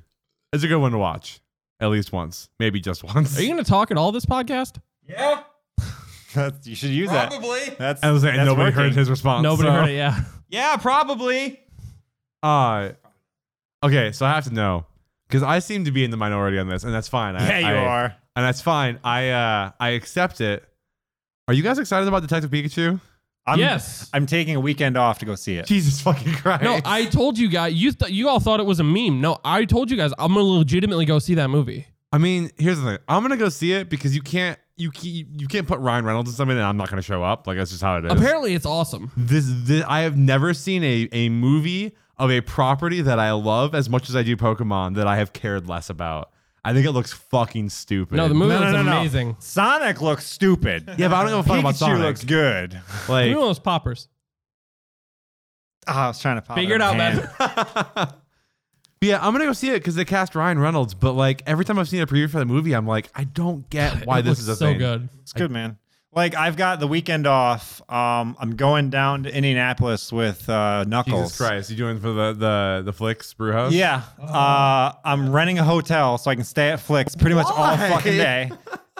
Speaker 3: It's a good one to watch. At least once. Maybe just [LAUGHS] once.
Speaker 4: Are you going to talk at all this podcast?
Speaker 5: Yeah,
Speaker 2: That's, you should use that.
Speaker 5: probably.
Speaker 2: That's,
Speaker 3: I was saying
Speaker 2: that's
Speaker 3: nobody
Speaker 2: working.
Speaker 3: heard his response.
Speaker 4: Nobody
Speaker 3: so-
Speaker 4: heard it. Yeah.
Speaker 5: Yeah, probably.
Speaker 3: Uh, okay, so I have to know because I seem to be in the minority on this, and that's fine. I,
Speaker 2: Yeah, you
Speaker 3: I-
Speaker 2: are.
Speaker 3: and that's fine. I uh, I accept it. Are you guys excited about Detective Pikachu? [LAUGHS]
Speaker 2: I'm,
Speaker 4: yes.
Speaker 2: I'm taking a weekend off to go see it.
Speaker 3: Jesus fucking Christ!
Speaker 4: no, I told you guys. You th- you all thought it was a meme. No, I told you guys. I'm gonna legitimately go see that movie.
Speaker 3: I mean, here's the thing. I'm gonna go see it because you can't you can't, you can't put Ryan Reynolds in something, and I'm not gonna show up. Like that's just how it is.
Speaker 4: Apparently, it's awesome.
Speaker 3: this, this I have never seen a a movie of a property that I love as much as I do Pokemon that I have cared less about. I think it looks fucking stupid.
Speaker 4: No, the movie
Speaker 2: No, no,
Speaker 4: was
Speaker 2: no, no.
Speaker 4: amazing.
Speaker 2: Sonic looks stupid.
Speaker 3: Yeah, but I don't give a fuck about
Speaker 2: Pikachu
Speaker 3: Sonic.
Speaker 2: looks good.
Speaker 4: The
Speaker 3: Like
Speaker 4: movie was poppers.
Speaker 2: Oh, I was trying to pop
Speaker 4: Figure it
Speaker 2: up.
Speaker 4: out,
Speaker 2: Man.
Speaker 4: man.
Speaker 3: But yeah, I'm gonna go see it because they cast Ryan Reynolds. But like every time I've seen a preview for the movie, I'm like, I don't get why
Speaker 4: [LAUGHS] It
Speaker 3: this
Speaker 4: looks
Speaker 3: is a
Speaker 4: so
Speaker 3: thing.
Speaker 4: good.
Speaker 2: It's good, man. Like I've got the weekend off. Um, I'm going down to Indianapolis with uh, Knuckles.
Speaker 3: Jesus Christ, Oh. you doing for the the the flicks brew house? [LAUGHS]
Speaker 2: Yeah, uh, I'm renting a hotel so I can stay at Flicks pretty much all
Speaker 3: Why? [LAUGHS]
Speaker 2: fucking day,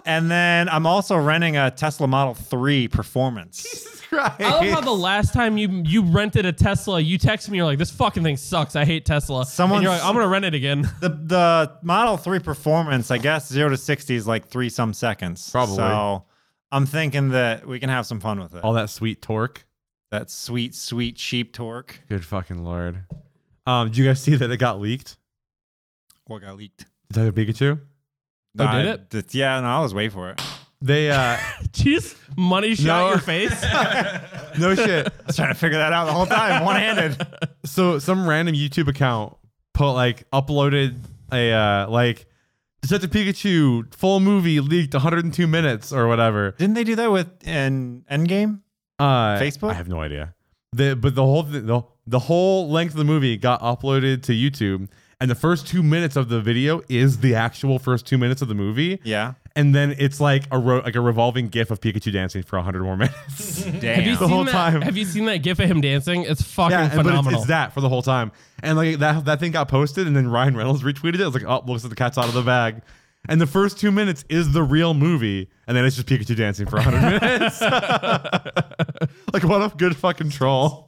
Speaker 2: and then I'm also renting a Tesla Model Three Performance.
Speaker 3: Christ.
Speaker 4: I love how the last time you you rented a Tesla, you texted me, you're like, this fucking thing sucks. I hate Tesla. and
Speaker 2: Someone's-
Speaker 4: you're like, I'm gonna rent it again. [LAUGHS]
Speaker 2: The the Model Three performance, I guess, zero to sixty is like three some seconds.
Speaker 3: Probably.
Speaker 2: So I'm thinking that we can have some fun with it.
Speaker 3: all that sweet torque.
Speaker 2: that sweet, sweet cheap torque.
Speaker 3: Good fucking lord. Um, did you guys see that it got leaked?
Speaker 2: What got leaked?
Speaker 3: Detective Pikachu.
Speaker 4: Oh,
Speaker 2: I-
Speaker 4: did it?
Speaker 2: th- yeah, no, I was waiting for it. I
Speaker 3: They uh,
Speaker 4: Jeez, money shot
Speaker 3: No.
Speaker 4: your face.
Speaker 2: [LAUGHS]
Speaker 3: no shit.
Speaker 2: was trying to figure that out the whole time, one handed.
Speaker 3: So some random YouTube account put like uploaded a uh, like Detective Pikachu full movie leaked 102 minutes or whatever.
Speaker 2: [LAUGHS] Didn't they do that with an Endgame?
Speaker 3: Uh,
Speaker 2: Facebook?
Speaker 3: I have no idea. The but the whole th- the, the whole length of the movie got uploaded to YouTube, and the first two minutes of the video is the actual first two minutes of the movie,
Speaker 2: Yeah.
Speaker 3: and then it's like a ro- like a revolving GIF of Pikachu dancing for 100 more minutes.
Speaker 2: Damn.
Speaker 4: Have you
Speaker 3: [LAUGHS] The
Speaker 4: seen
Speaker 3: whole
Speaker 4: that,
Speaker 3: time.
Speaker 4: Have you seen that gif of him dancing? It's fucking
Speaker 3: Yeah, and- but
Speaker 4: phenomenal.
Speaker 3: it's, it's that for the whole time, and like that that thing got posted, and then Ryan Reynolds retweeted it. It was like, oh, looks like the cat's out of the bag, and the first two minutes is the real movie, and then it's just Pikachu dancing for [LAUGHS] 100 minutes. like what a good fucking troll!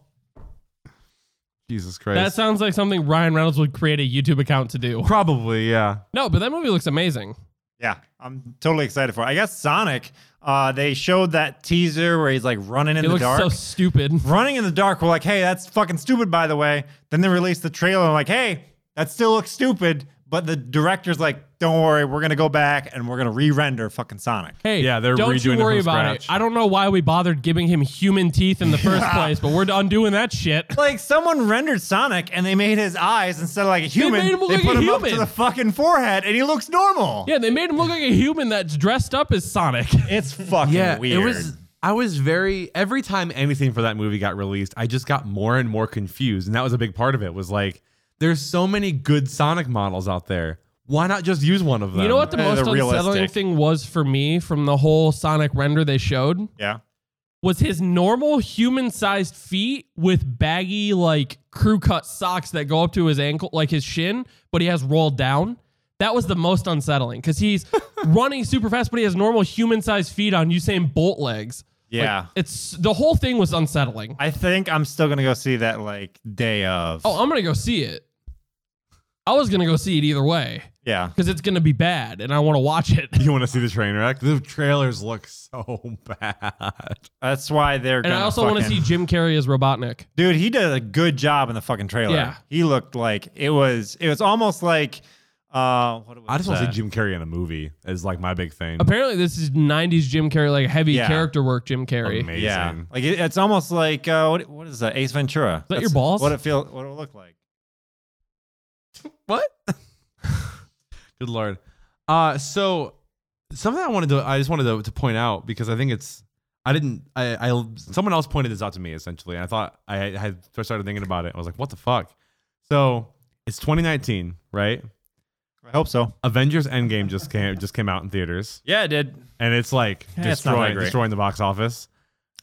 Speaker 3: Jesus Christ.
Speaker 4: That sounds like something Ryan Reynolds would create a YouTube account to do. [LAUGHS]
Speaker 3: Probably, yeah.
Speaker 4: No, but that movie looks amazing.
Speaker 2: Yeah, I'm totally excited for it. I guess Sonic, uh, they showed that teaser where he's like running in
Speaker 4: It
Speaker 2: the
Speaker 4: looks
Speaker 2: dark.
Speaker 4: so stupid.
Speaker 2: running in the dark, we're like, hey, that's fucking stupid, by the way. Then they released the trailer, and I'm like, hey, that still looks stupid. But the director's like, don't worry, we're gonna go back and we're gonna re-render fucking Sonic.
Speaker 4: Hey,
Speaker 3: Yeah, they're
Speaker 4: don't
Speaker 3: redoing it
Speaker 4: you worry
Speaker 3: from
Speaker 4: about it.
Speaker 3: scratch.
Speaker 4: I don't know why we bothered giving him human
Speaker 3: [LAUGHS]
Speaker 4: teeth in the first place, but we're undoing that shit.
Speaker 2: Like someone rendered Sonic and they made his eyes instead of like a human,
Speaker 4: made him look like
Speaker 2: put
Speaker 4: a
Speaker 2: him up to
Speaker 4: human.
Speaker 2: the fucking forehead and he looks normal.
Speaker 4: Yeah, they made him look like a human that's dressed up as Sonic. [LAUGHS]
Speaker 2: It's fucking
Speaker 3: It
Speaker 2: weird.
Speaker 3: was I was very every time anything for that movie got released, I just got more and more confused. And that was a big part of it was like there's so many good Sonic models out there. Why not just use one of them?
Speaker 4: You know what the
Speaker 2: Yeah,
Speaker 4: most
Speaker 2: they're
Speaker 4: unsettling
Speaker 2: realistic.
Speaker 4: thing was for me from the whole Sonic render they showed
Speaker 2: yeah.
Speaker 4: was his normal human-sized feet with baggy like crew cut socks that go up to his ankle like his shin, but he has rolled down. That was the most unsettling because he's running super fast, but he has normal human-sized feet on Usain Bolt legs. Like,
Speaker 2: Yeah.
Speaker 4: it's the whole thing was unsettling.
Speaker 2: I think I'm still gonna go see that like day of.
Speaker 4: Oh, I'm gonna go see it. I was gonna go see it either way
Speaker 2: yeah.
Speaker 4: because it's gonna be bad, and I want to watch it.
Speaker 3: You want to see the train wreck? The trailers look so [LAUGHS] bad.
Speaker 2: That's why they're.
Speaker 4: [LAUGHS] And I also want to see Jim Carrey as Robotnik.
Speaker 2: Dude, he did a good job in the fucking trailer.
Speaker 4: Yeah.
Speaker 2: He looked like it was it was almost like uh what was
Speaker 3: I just want to
Speaker 2: that?
Speaker 3: see Jim Carrey in a movie is like my big thing.
Speaker 4: Apparently, this is '90s Jim Carrey, like heavy
Speaker 2: Yeah.
Speaker 4: character work. Jim Carrey.
Speaker 3: Amazing.
Speaker 2: Yeah. Like it, it's almost like uh what, what is that? Ace Ventura. Is
Speaker 4: that your balls?
Speaker 2: What it feel what it looked like.
Speaker 3: What? Good lord. Uh so something I wanted to I just wanted to, to point out because I think it's I didn't I, I someone else pointed this out to me essentially and I thought I had so I started thinking about it. I was like, what the fuck? So it's 2019, right?
Speaker 2: I hope so.
Speaker 3: Avengers Endgame just came just came out in theaters
Speaker 2: Yeah, it did.
Speaker 3: and it's like
Speaker 2: Yeah, it's not that
Speaker 3: destroying
Speaker 2: great.
Speaker 3: destroying the box office.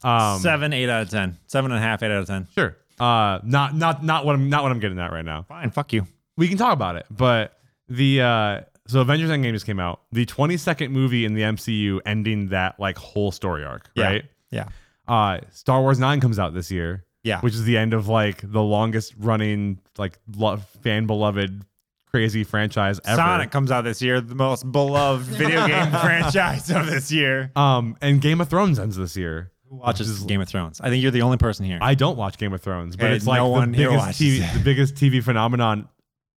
Speaker 3: Um,
Speaker 2: Seven, eight out of ten. Seven and a half, eight out of ten.
Speaker 3: Sure. Uh, not not not what I'm not what I'm getting at right now.
Speaker 2: Fine, fuck you.
Speaker 3: we can talk about it. But the uh so Avengers Endgame just came out. The 22nd movie in the MCU ending that like whole story arc,
Speaker 2: Yeah.
Speaker 3: right?
Speaker 2: Yeah.
Speaker 3: Uh Star Wars 9 comes out this year.
Speaker 2: Yeah.
Speaker 3: Which is the end of like the longest running like lo- fan beloved crazy franchise ever.
Speaker 2: Sonic comes out this year, the most beloved [LAUGHS] video game franchise of this year.
Speaker 3: Um and Game of Thrones ends this year.
Speaker 2: Who watches Game of Thrones? I think you're the only person here.
Speaker 3: I don't watch Game of Thrones, but
Speaker 2: Okay,
Speaker 3: it's like
Speaker 2: no
Speaker 3: the
Speaker 2: one here
Speaker 3: biggest TV
Speaker 2: watches it.
Speaker 3: the biggest TV phenomenon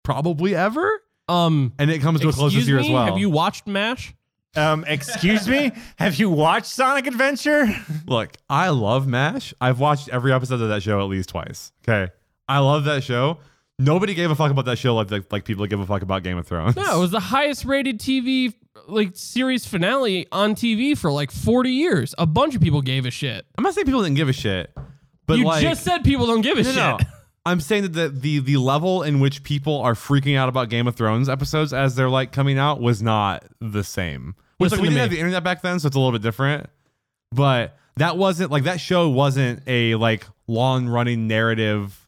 Speaker 3: probably ever.
Speaker 4: Um,
Speaker 3: And it comes to a close
Speaker 4: excuse
Speaker 3: this year
Speaker 4: me,
Speaker 3: as well.
Speaker 4: Have you watched Mash?
Speaker 2: um, excuse [LAUGHS] me? Have you watched Sonic Adventure?
Speaker 3: Look, I love MASH. I've watched every episode of that show at least twice. Okay. I love that show. Nobody gave a fuck about that show like like, like people give a fuck about Game of Thrones.
Speaker 4: No, it was the highest rated TV like series finale on TV for like 40 years. A bunch of people gave a shit.
Speaker 3: I'm not saying people didn't give a shit, but
Speaker 4: you
Speaker 3: like
Speaker 4: just said people don't give a
Speaker 3: no,
Speaker 4: shit. [LAUGHS]
Speaker 3: no. I'm saying that the, the the level in which people are freaking out about Game of Thrones episodes as they're like coming out was not the same. Which like
Speaker 4: Listen
Speaker 3: we
Speaker 4: to
Speaker 3: didn't
Speaker 4: me.
Speaker 3: have the internet back then, so it's a little bit different. But that wasn't like that show wasn't a like long running narrative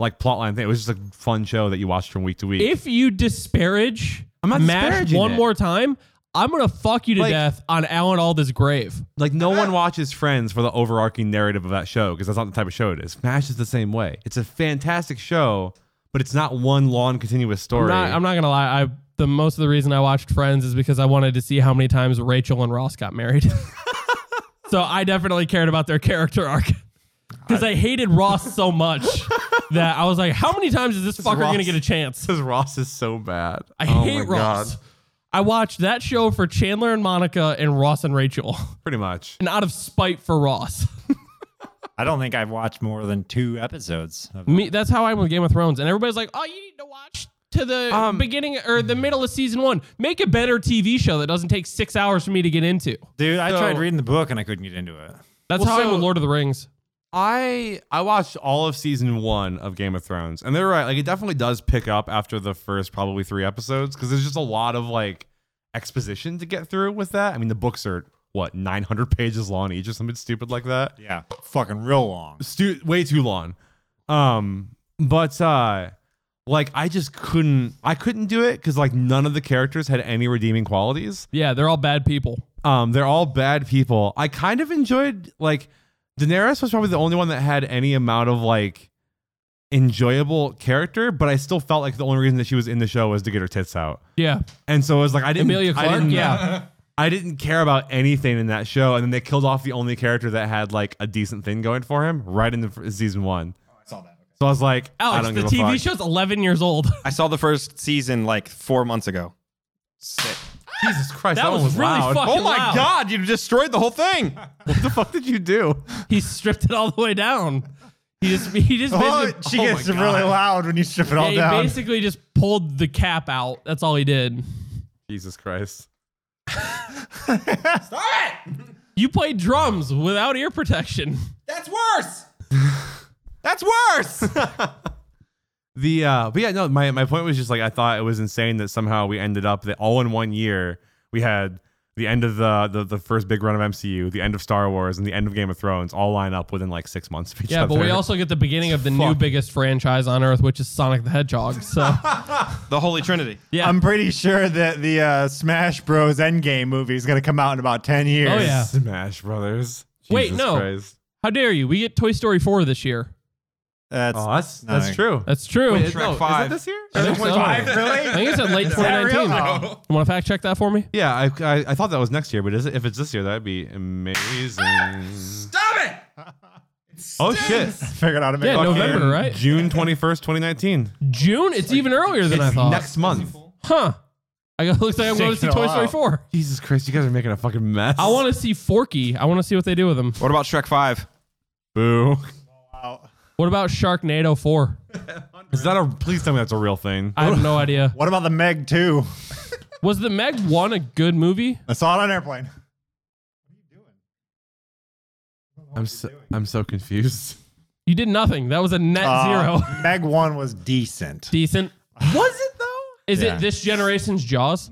Speaker 3: like plotline thing. It was just a fun show that you watched from week to week.
Speaker 4: If you disparage
Speaker 3: I'm not
Speaker 4: Mash
Speaker 3: disparaging
Speaker 4: one
Speaker 3: it.
Speaker 4: more time, I'm gonna fuck you to
Speaker 3: Like-
Speaker 4: death on Alan Alda's grave.
Speaker 3: Like no
Speaker 4: [LAUGHS]
Speaker 3: one watches Friends for the overarching narrative of that show because that's not the type of show it is. Smash is the same way. It's a fantastic show, but it's not one long continuous
Speaker 4: I'm
Speaker 3: story.
Speaker 4: not, I'm not gonna lie. I the most of the reason I watched Friends is because I wanted to see how many times Rachel and Ross got married. [LAUGHS] so I definitely cared about their character
Speaker 1: [LAUGHS]
Speaker 4: arc because I, hated Ross so much that I was like, how many times is this fucker gonna
Speaker 3: Ross.
Speaker 4: get
Speaker 1: [LAUGHS]
Speaker 4: a chance?
Speaker 3: because Ross is so bad.
Speaker 4: I
Speaker 1: Oh
Speaker 4: hate
Speaker 1: my
Speaker 4: Ross.
Speaker 1: God.
Speaker 4: I watched that show for Chandler and Monica and Ross and Rachel, [LAUGHS]
Speaker 3: Pretty much.
Speaker 4: and out of spite for Ross.
Speaker 2: I don't think I've watched more than two episodes. Of
Speaker 4: Me, that's how I am with Game of Thrones, and everybody's like, "Oh, you need to watch to the
Speaker 3: Um,
Speaker 4: beginning or the middle of season one. Make a better TV show that doesn't take six hours for me to get into."
Speaker 2: Dude, I
Speaker 3: So-
Speaker 2: tried reading the book and I couldn't get into it.
Speaker 4: That's
Speaker 3: Well,
Speaker 4: how I am
Speaker 3: so-
Speaker 4: with Lord of the Rings.
Speaker 3: I I watched all of season one of Game of Thrones, and they're right. Like it definitely does pick up after the first probably three episodes because there's just a lot of like exposition to get through with that. I mean, the books are what 900 pages long each or something stupid like that.
Speaker 2: Yeah, fucking real long.
Speaker 3: Stu- way too long. Um, but uh, like I just couldn't I couldn't do it because like none of the characters had any redeeming qualities.
Speaker 4: Yeah, they're all bad people.
Speaker 3: Um, they're all bad people. I kind of enjoyed like Daenerys was probably the only one that had any amount of like enjoyable character, but I still felt like the only reason that she was in the show was to get her tits out.
Speaker 4: Yeah,
Speaker 3: And so it was like I didn't
Speaker 4: Amelia
Speaker 3: I
Speaker 4: Clark.
Speaker 3: didn't,
Speaker 4: Yeah,
Speaker 3: I didn't care about anything in that show, and then they killed off the only character that had like a decent thing going for him right in the fir- season one.
Speaker 2: I saw that.
Speaker 3: So I was like, I
Speaker 4: Alex,
Speaker 3: don't
Speaker 4: the
Speaker 3: give a
Speaker 4: TV
Speaker 3: fuck.
Speaker 4: show's 11 years old. [LAUGHS]
Speaker 1: I saw the first season like four months ago. Sick.
Speaker 3: Jesus Christ,
Speaker 4: That
Speaker 3: that,
Speaker 4: was
Speaker 3: one was
Speaker 4: really
Speaker 3: loud. [LAUGHS]
Speaker 4: fucking-
Speaker 1: Oh my
Speaker 4: Wow.
Speaker 1: god, you destroyed the whole [LAUGHS] thing.
Speaker 3: What the fuck did you do?
Speaker 4: he stripped it all the way down. He just he just
Speaker 2: Oh,
Speaker 4: basically,
Speaker 2: [LAUGHS]
Speaker 3: [LAUGHS]
Speaker 2: she
Speaker 3: oh
Speaker 2: gets
Speaker 3: my God.
Speaker 2: really loud when you strip it all
Speaker 4: he
Speaker 2: down.
Speaker 4: basically just pulled the cap out. That's all he did.
Speaker 3: Jesus Christ.
Speaker 4: You played drums without ear protection.
Speaker 1: That's worse. [LAUGHS] That's worse.
Speaker 3: The uh but yeah, no, my, my point was just like I thought it was insane that somehow we ended up that all in one year we had the end of the, the the first big run of MCU, the end of Star Wars, and the end of Game of Thrones all line up within like six months of each
Speaker 4: Yeah,
Speaker 3: other.
Speaker 4: but we also get the beginning of the new
Speaker 3: Fuck.
Speaker 4: biggest franchise on earth, which is Sonic the
Speaker 3: [LAUGHS]
Speaker 4: Hedgehog. So
Speaker 1: the Holy Trinity.
Speaker 4: yeah,
Speaker 2: I'm pretty sure that the uh, Smash Bros. Endgame movie is going to come out in about 10 years.
Speaker 4: Oh, [LAUGHS] yeah.
Speaker 3: Smash Brothers.
Speaker 4: Wait,
Speaker 3: Jesus
Speaker 4: no.
Speaker 3: Christ.
Speaker 4: how dare you? We get Toy Story four this year.
Speaker 2: That's,
Speaker 3: Oh, that's
Speaker 2: no.
Speaker 3: that's true.
Speaker 4: That's true.
Speaker 3: Wait,
Speaker 1: Shrek
Speaker 3: no,
Speaker 1: five.
Speaker 3: Is that this year?
Speaker 2: [LAUGHS]
Speaker 4: I think so.
Speaker 2: Five,
Speaker 4: I [LAUGHS] think
Speaker 2: really? [LAUGHS]
Speaker 4: it's at late
Speaker 2: that
Speaker 4: 2019.
Speaker 2: real?
Speaker 4: You want to fact check that for me?
Speaker 3: Yeah, I, I, I thought that was next year, but is it, if it's this year, that'd be
Speaker 4: [LAUGHS]
Speaker 3: amazing.
Speaker 1: Stop it.
Speaker 3: oh shit!
Speaker 2: Figured out a
Speaker 4: Yeah, November, right?
Speaker 3: June twenty first, twenty nineteen.
Speaker 4: June. It's even earlier than I thought.
Speaker 3: next month.
Speaker 4: Huh? I got looks like I'm going to see
Speaker 2: Taking
Speaker 4: Toy
Speaker 2: it all
Speaker 4: Story
Speaker 2: out.
Speaker 4: four.
Speaker 3: Jesus Christ, you guys are making a fucking mess.
Speaker 4: I want to see Forky. I want to see what they do with him.
Speaker 1: What about Shrek 5?
Speaker 3: boo. [LAUGHS]
Speaker 4: What about Sharknado four?
Speaker 3: Is that a? Please tell me that's a real thing.
Speaker 4: I have no idea.
Speaker 2: What about the Meg 2?
Speaker 4: Was the Meg one a good movie?
Speaker 2: I saw it on an airplane.
Speaker 3: I'm so, I'm so
Speaker 4: [LAUGHS]
Speaker 3: confused.
Speaker 4: You did nothing. That was a net
Speaker 2: Uh,
Speaker 4: zero. [LAUGHS]
Speaker 2: Meg 1 was decent.
Speaker 4: Decent.
Speaker 3: Was it though?
Speaker 4: Is
Speaker 2: Yeah.
Speaker 4: it this generation's Jaws?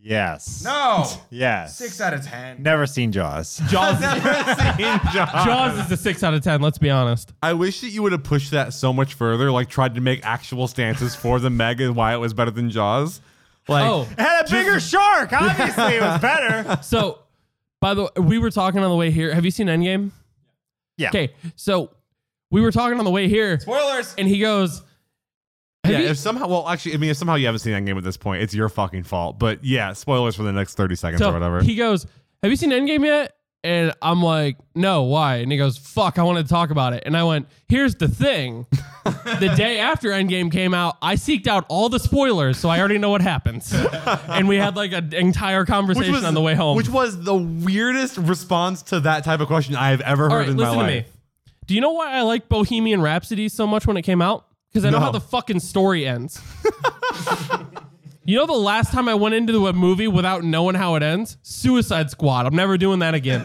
Speaker 2: yes.
Speaker 1: No. [LAUGHS]
Speaker 2: Yes.
Speaker 1: out of 10.
Speaker 2: Never seen Jaws. [LAUGHS]
Speaker 4: Jaws. Jaws is a six out of ten. Let's be honest.
Speaker 3: I wish that you would have pushed that so much further. Like tried to make actual stances for the Meg and why it was better than Jaws. Like
Speaker 4: Oh,
Speaker 2: It had a bigger shark. Obviously, it was better.
Speaker 4: so by the way, we were talking on the way here. Have you seen Endgame?
Speaker 2: Yeah.
Speaker 4: Okay, so we were talking on the way here,
Speaker 1: [LAUGHS] Spoilers.
Speaker 4: and he goes, have
Speaker 3: yeah.
Speaker 4: you-
Speaker 3: If somehow, well, actually, I mean, if somehow you haven't seen that game at this point, it's your fucking fault. But yeah, spoilers for the next thirty seconds
Speaker 4: so
Speaker 3: or whatever.
Speaker 4: He goes, "Have you seen Endgame yet?" And I'm like, "No, why?" And he goes, "Fuck, I wanted to talk about it." And I went, "Here's
Speaker 3: [LAUGHS]
Speaker 4: the thing: the day after Endgame came out, I seeked out all the spoilers, so I already know what
Speaker 3: [LAUGHS]
Speaker 4: happens." and we had like an entire conversation on the way home.
Speaker 3: Which was the weirdest response to that type of question I have ever heard
Speaker 4: All right,
Speaker 3: in
Speaker 4: listen
Speaker 3: my
Speaker 4: to
Speaker 3: life.
Speaker 4: me. Do you know why I like Bohemian Rhapsody so much when it came out? Because I know
Speaker 3: No.
Speaker 4: how the fucking story ends. [LAUGHS] you know the last time I went into a movie without knowing how it ends? Suicide Squad. I'm never doing
Speaker 3: [LAUGHS]
Speaker 4: that again.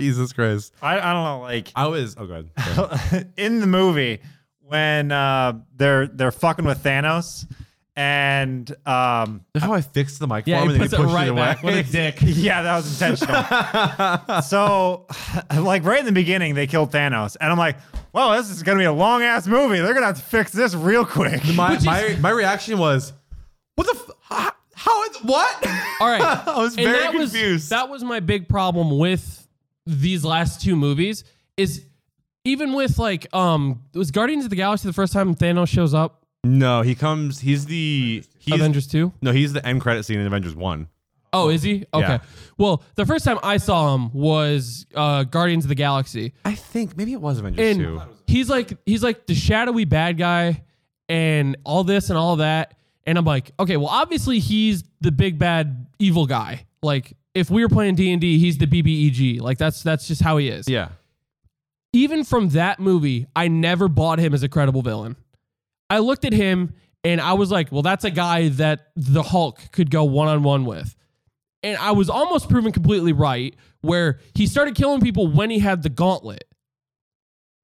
Speaker 3: Jesus Christ.
Speaker 2: I, I don't know. Like,
Speaker 3: I was oh
Speaker 4: [LAUGHS]
Speaker 3: god.
Speaker 2: [LAUGHS] in the movie when uh, they're they're fucking with Thanos, and um, [LAUGHS]
Speaker 3: Look how I fixed the mic
Speaker 4: Yeah,
Speaker 3: for him and
Speaker 4: he
Speaker 3: then
Speaker 4: puts
Speaker 3: he
Speaker 4: it
Speaker 3: pushed
Speaker 4: right
Speaker 3: it away.
Speaker 4: back with
Speaker 3: [LAUGHS]
Speaker 4: a dick.
Speaker 2: yeah, that was intentional. so, [SIGHS] like right in the beginning, they killed Thanos, and I'm like, well, this is gonna be a long ass movie. They're gonna have to fix this real quick.
Speaker 3: my, my, my reaction was, what the f- how, How is what?
Speaker 4: All
Speaker 3: [LAUGHS]
Speaker 4: right.
Speaker 3: I was
Speaker 4: And
Speaker 3: very
Speaker 4: that Was,
Speaker 3: confused.
Speaker 4: that was my big problem with these last two movies is even with like um was Guardians of the Galaxy the first time Thanos shows up
Speaker 3: no, he comes. He's the he's
Speaker 4: Avengers 2?
Speaker 3: no, he's the end credit scene in Avengers One.
Speaker 4: Oh, is he? Okay.
Speaker 3: Yeah.
Speaker 4: Well, the first time I saw him was uh Guardians of the Galaxy.
Speaker 3: I think maybe it was Avengers
Speaker 4: And
Speaker 3: Two.
Speaker 4: he's like he's like the shadowy bad guy and all this and all that and I'm like, okay, well obviously he's the big bad evil guy. Like if we were playing D&D, he's the BBEG. Like that's that's just how he is.
Speaker 3: Yeah,
Speaker 4: even from that movie, I never bought him as a credible villain. I looked at him and I was like, well, that's a guy that the Hulk could go one on one with. And I was almost proven completely right where he started killing people when he had the gauntlet.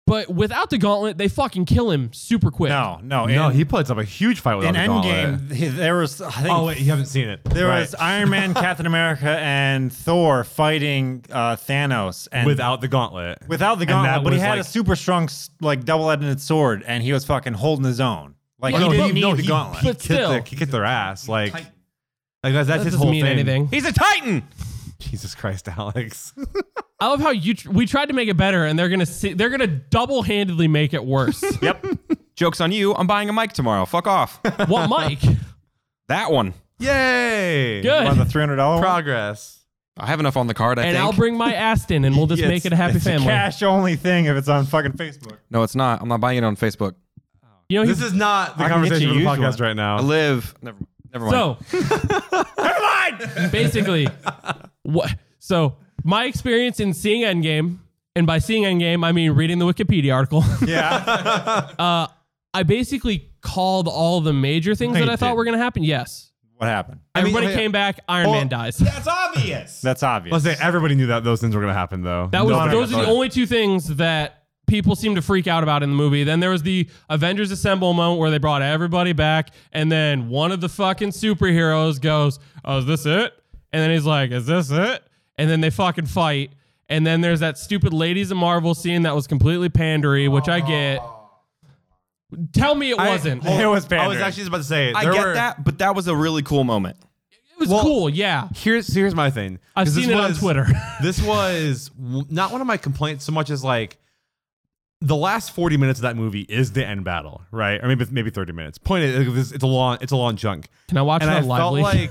Speaker 4: But without the gauntlet, they fucking kill him super quick.
Speaker 2: No, no,
Speaker 3: Oh, no,
Speaker 2: in,
Speaker 3: he puts up a huge fight with
Speaker 2: in
Speaker 3: the gauntlet.
Speaker 2: Endgame he- there was I think
Speaker 3: Oh wait, you haven't seen it.
Speaker 2: there
Speaker 3: Right.
Speaker 2: was Iron
Speaker 3: [LAUGHS]
Speaker 2: Man, Captain America, and Thor fighting uh, Thanos, and
Speaker 3: without the gauntlet.
Speaker 2: without the
Speaker 3: And
Speaker 2: gauntlet,
Speaker 3: that
Speaker 2: but he
Speaker 3: was
Speaker 2: had
Speaker 3: like-
Speaker 2: a super strong s- like double-edged sword, and he was fucking holding his own. Like
Speaker 4: Yeah,
Speaker 2: he
Speaker 4: but-
Speaker 2: didn't need
Speaker 3: no,
Speaker 2: the
Speaker 3: he- [LAUGHS]
Speaker 2: gauntlet.
Speaker 3: He
Speaker 4: But
Speaker 3: kicked, the-
Speaker 4: still.
Speaker 3: he kicked their ass. Like, like that's, that's
Speaker 4: that
Speaker 3: his
Speaker 4: doesn't
Speaker 3: whole
Speaker 4: mean
Speaker 3: thing.
Speaker 4: anything.
Speaker 2: He's a titan.
Speaker 3: Jesus Christ, [LAUGHS] Alex.
Speaker 4: I love how you tr- we tried to make it better, and they're gonna see, they're gonna double handedly make
Speaker 3: [LAUGHS]
Speaker 4: it worse.
Speaker 1: Yep. Joke's on you. I'm buying a mic tomorrow. Fuck off.
Speaker 4: what, Mike?
Speaker 3: [LAUGHS]
Speaker 1: that one.
Speaker 3: Yay!
Speaker 4: Good.
Speaker 2: On the three hundred dollar
Speaker 3: progress.
Speaker 1: I have enough on the card, I
Speaker 4: and
Speaker 1: think.
Speaker 4: I'll bring my Aston, and we'll just
Speaker 3: Yes,
Speaker 4: make it a happy
Speaker 3: it's a
Speaker 4: family.
Speaker 2: cash only thing if it's on fucking Facebook.
Speaker 1: no, it's not. I'm not buying it on Facebook.
Speaker 4: You know, he-
Speaker 3: This is not the
Speaker 2: I can get
Speaker 3: conversation
Speaker 2: you
Speaker 3: for the
Speaker 2: used
Speaker 3: podcast
Speaker 2: one.
Speaker 3: right now.
Speaker 1: I live. Never, never mind.
Speaker 4: So,
Speaker 3: [LAUGHS]
Speaker 4: Basically, what? So, my experience in seeing Endgame, and by seeing Endgame, I mean reading the Wikipedia article.
Speaker 2: [LAUGHS]
Speaker 4: [LAUGHS]
Speaker 3: [LAUGHS]
Speaker 2: Yeah,
Speaker 4: I basically called all the major things
Speaker 2: No,
Speaker 4: that
Speaker 2: you
Speaker 4: I thought
Speaker 2: didn't.
Speaker 4: were going to happen. Yes.
Speaker 2: what happened?
Speaker 4: And
Speaker 3: mean,
Speaker 4: when it
Speaker 3: okay.
Speaker 4: came back, Iron
Speaker 3: Well,
Speaker 4: Man
Speaker 3: [LAUGHS]
Speaker 4: dies.
Speaker 5: That's obvious.
Speaker 2: That's obvious.
Speaker 3: Let's say everybody knew that those things were going to happen, though.
Speaker 4: That was
Speaker 2: no, no,
Speaker 4: those
Speaker 2: no,
Speaker 4: are the
Speaker 2: no.
Speaker 4: only two things that people seem to freak out about in the movie. Then there was the Avengers Assemble moment where they brought everybody back, and then one of the fucking superheroes goes, "Oh, is this it?" And then he's like, "Is this it?" And then they fucking fight. And then there's that stupid Ladies of Marvel scene that was completely pandery, which I get. Tell me it wasn't.
Speaker 3: [LAUGHS]
Speaker 2: It was
Speaker 3: I was
Speaker 2: pandering.
Speaker 3: actually just about to say.
Speaker 1: I
Speaker 3: there
Speaker 1: get
Speaker 3: were-
Speaker 1: that, but that was a really cool moment.
Speaker 4: it was
Speaker 3: well-
Speaker 4: cool, yeah.
Speaker 3: Here's here's my thing.
Speaker 4: I've
Speaker 3: 'Cause this
Speaker 4: seen it on
Speaker 3: was-
Speaker 4: Twitter.
Speaker 3: [LAUGHS]
Speaker 4: [LAUGHS]
Speaker 3: this was w- not one of my complaints so much as like the last 40 minutes of that movie is the end battle, right? Or maybe maybe 30 minutes. Point is, it's- it's a long it's a long chunk.
Speaker 4: Can I watch
Speaker 3: and I
Speaker 4: that
Speaker 3: felt
Speaker 4: lively?
Speaker 3: like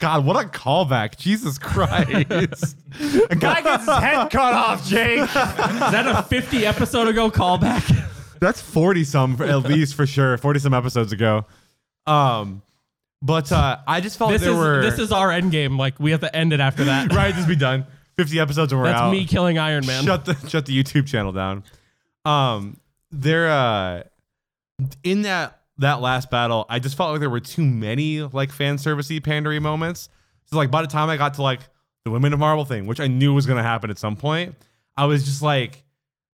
Speaker 3: God, what a callback! Jesus Christ!
Speaker 2: a guy gets his [LAUGHS] head cut off, Jake.
Speaker 4: Is that a 50 episode
Speaker 3: [LAUGHS]
Speaker 4: ago callback?
Speaker 3: That's 40 some
Speaker 4: [LAUGHS]
Speaker 3: for- at least for sure. 40 some episodes ago. Um, but uh, I just felt
Speaker 4: This
Speaker 3: there
Speaker 4: is
Speaker 3: were
Speaker 4: this is our end game. Like we have to end it after that.
Speaker 3: [LAUGHS] right. Just be done. 50 episodes and we're
Speaker 4: That's
Speaker 3: out.
Speaker 4: me killing Iron Man.
Speaker 3: Shut the shut the YouTube channel down. Um, there uh, in that that last battle, I just felt like there were too many like fan servicey pandery moments. So like by the time I got to like the Women of Marvel thing, which I knew was gonna happen at some point, I was just like,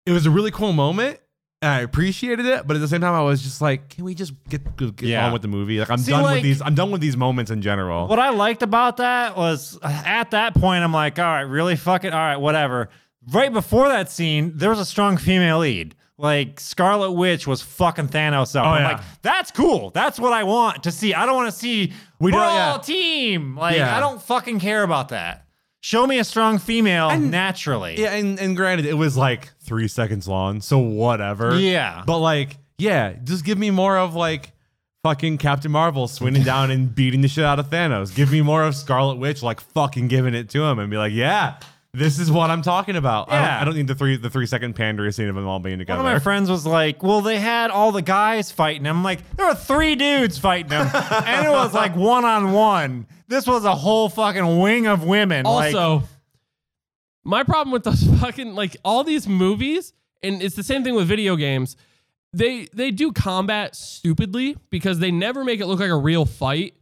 Speaker 3: it was a really cool moment. And I appreciated it, but at the same time, I was just like, "Can we just get, get
Speaker 2: Yeah.
Speaker 3: on with the movie? Like, I'm
Speaker 2: See,
Speaker 3: done with
Speaker 2: like-
Speaker 3: these. I'm done with these moments in general."
Speaker 2: What I liked about that was uh, at that point, I'm like, all right, really fucking, all right, whatever. Right before that scene, there was a strong female lead. Like Scarlet Witch was fucking Thanos up.
Speaker 3: Oh,
Speaker 2: I'm
Speaker 3: yeah.
Speaker 2: like, that's cool. That's what I want to see. I don't want to see we
Speaker 3: We
Speaker 2: are
Speaker 3: don't-
Speaker 2: all
Speaker 3: yeah.
Speaker 2: team. Like,
Speaker 3: Yeah.
Speaker 2: I don't fucking care about that. Show me a strong female naturally.
Speaker 3: Yeah, and, and granted, it was like three seconds long, so whatever.
Speaker 2: Yeah.
Speaker 3: But like, yeah, just give me more of like fucking Captain Marvel
Speaker 2: [LAUGHS]
Speaker 3: swinging down and beating the shit out of Thanos. Give me more of Scarlet Witch like fucking giving it to him and be like, yeah, this is what I'm talking about. I,
Speaker 2: Yeah.
Speaker 3: don't, I don't need the three the three second pandering scene of them all being
Speaker 2: One
Speaker 3: together.
Speaker 2: of my friends was like, "Well, they had all the guys fighting him. Like, there were three dudes fighting him, and it was like one on one. This was a whole fucking wing of women. like-
Speaker 4: Also, my problem with those [LAUGHS] fucking like all these movies, and it's the same thing with video games. They they do combat stupidly because they never make it look like a real fight.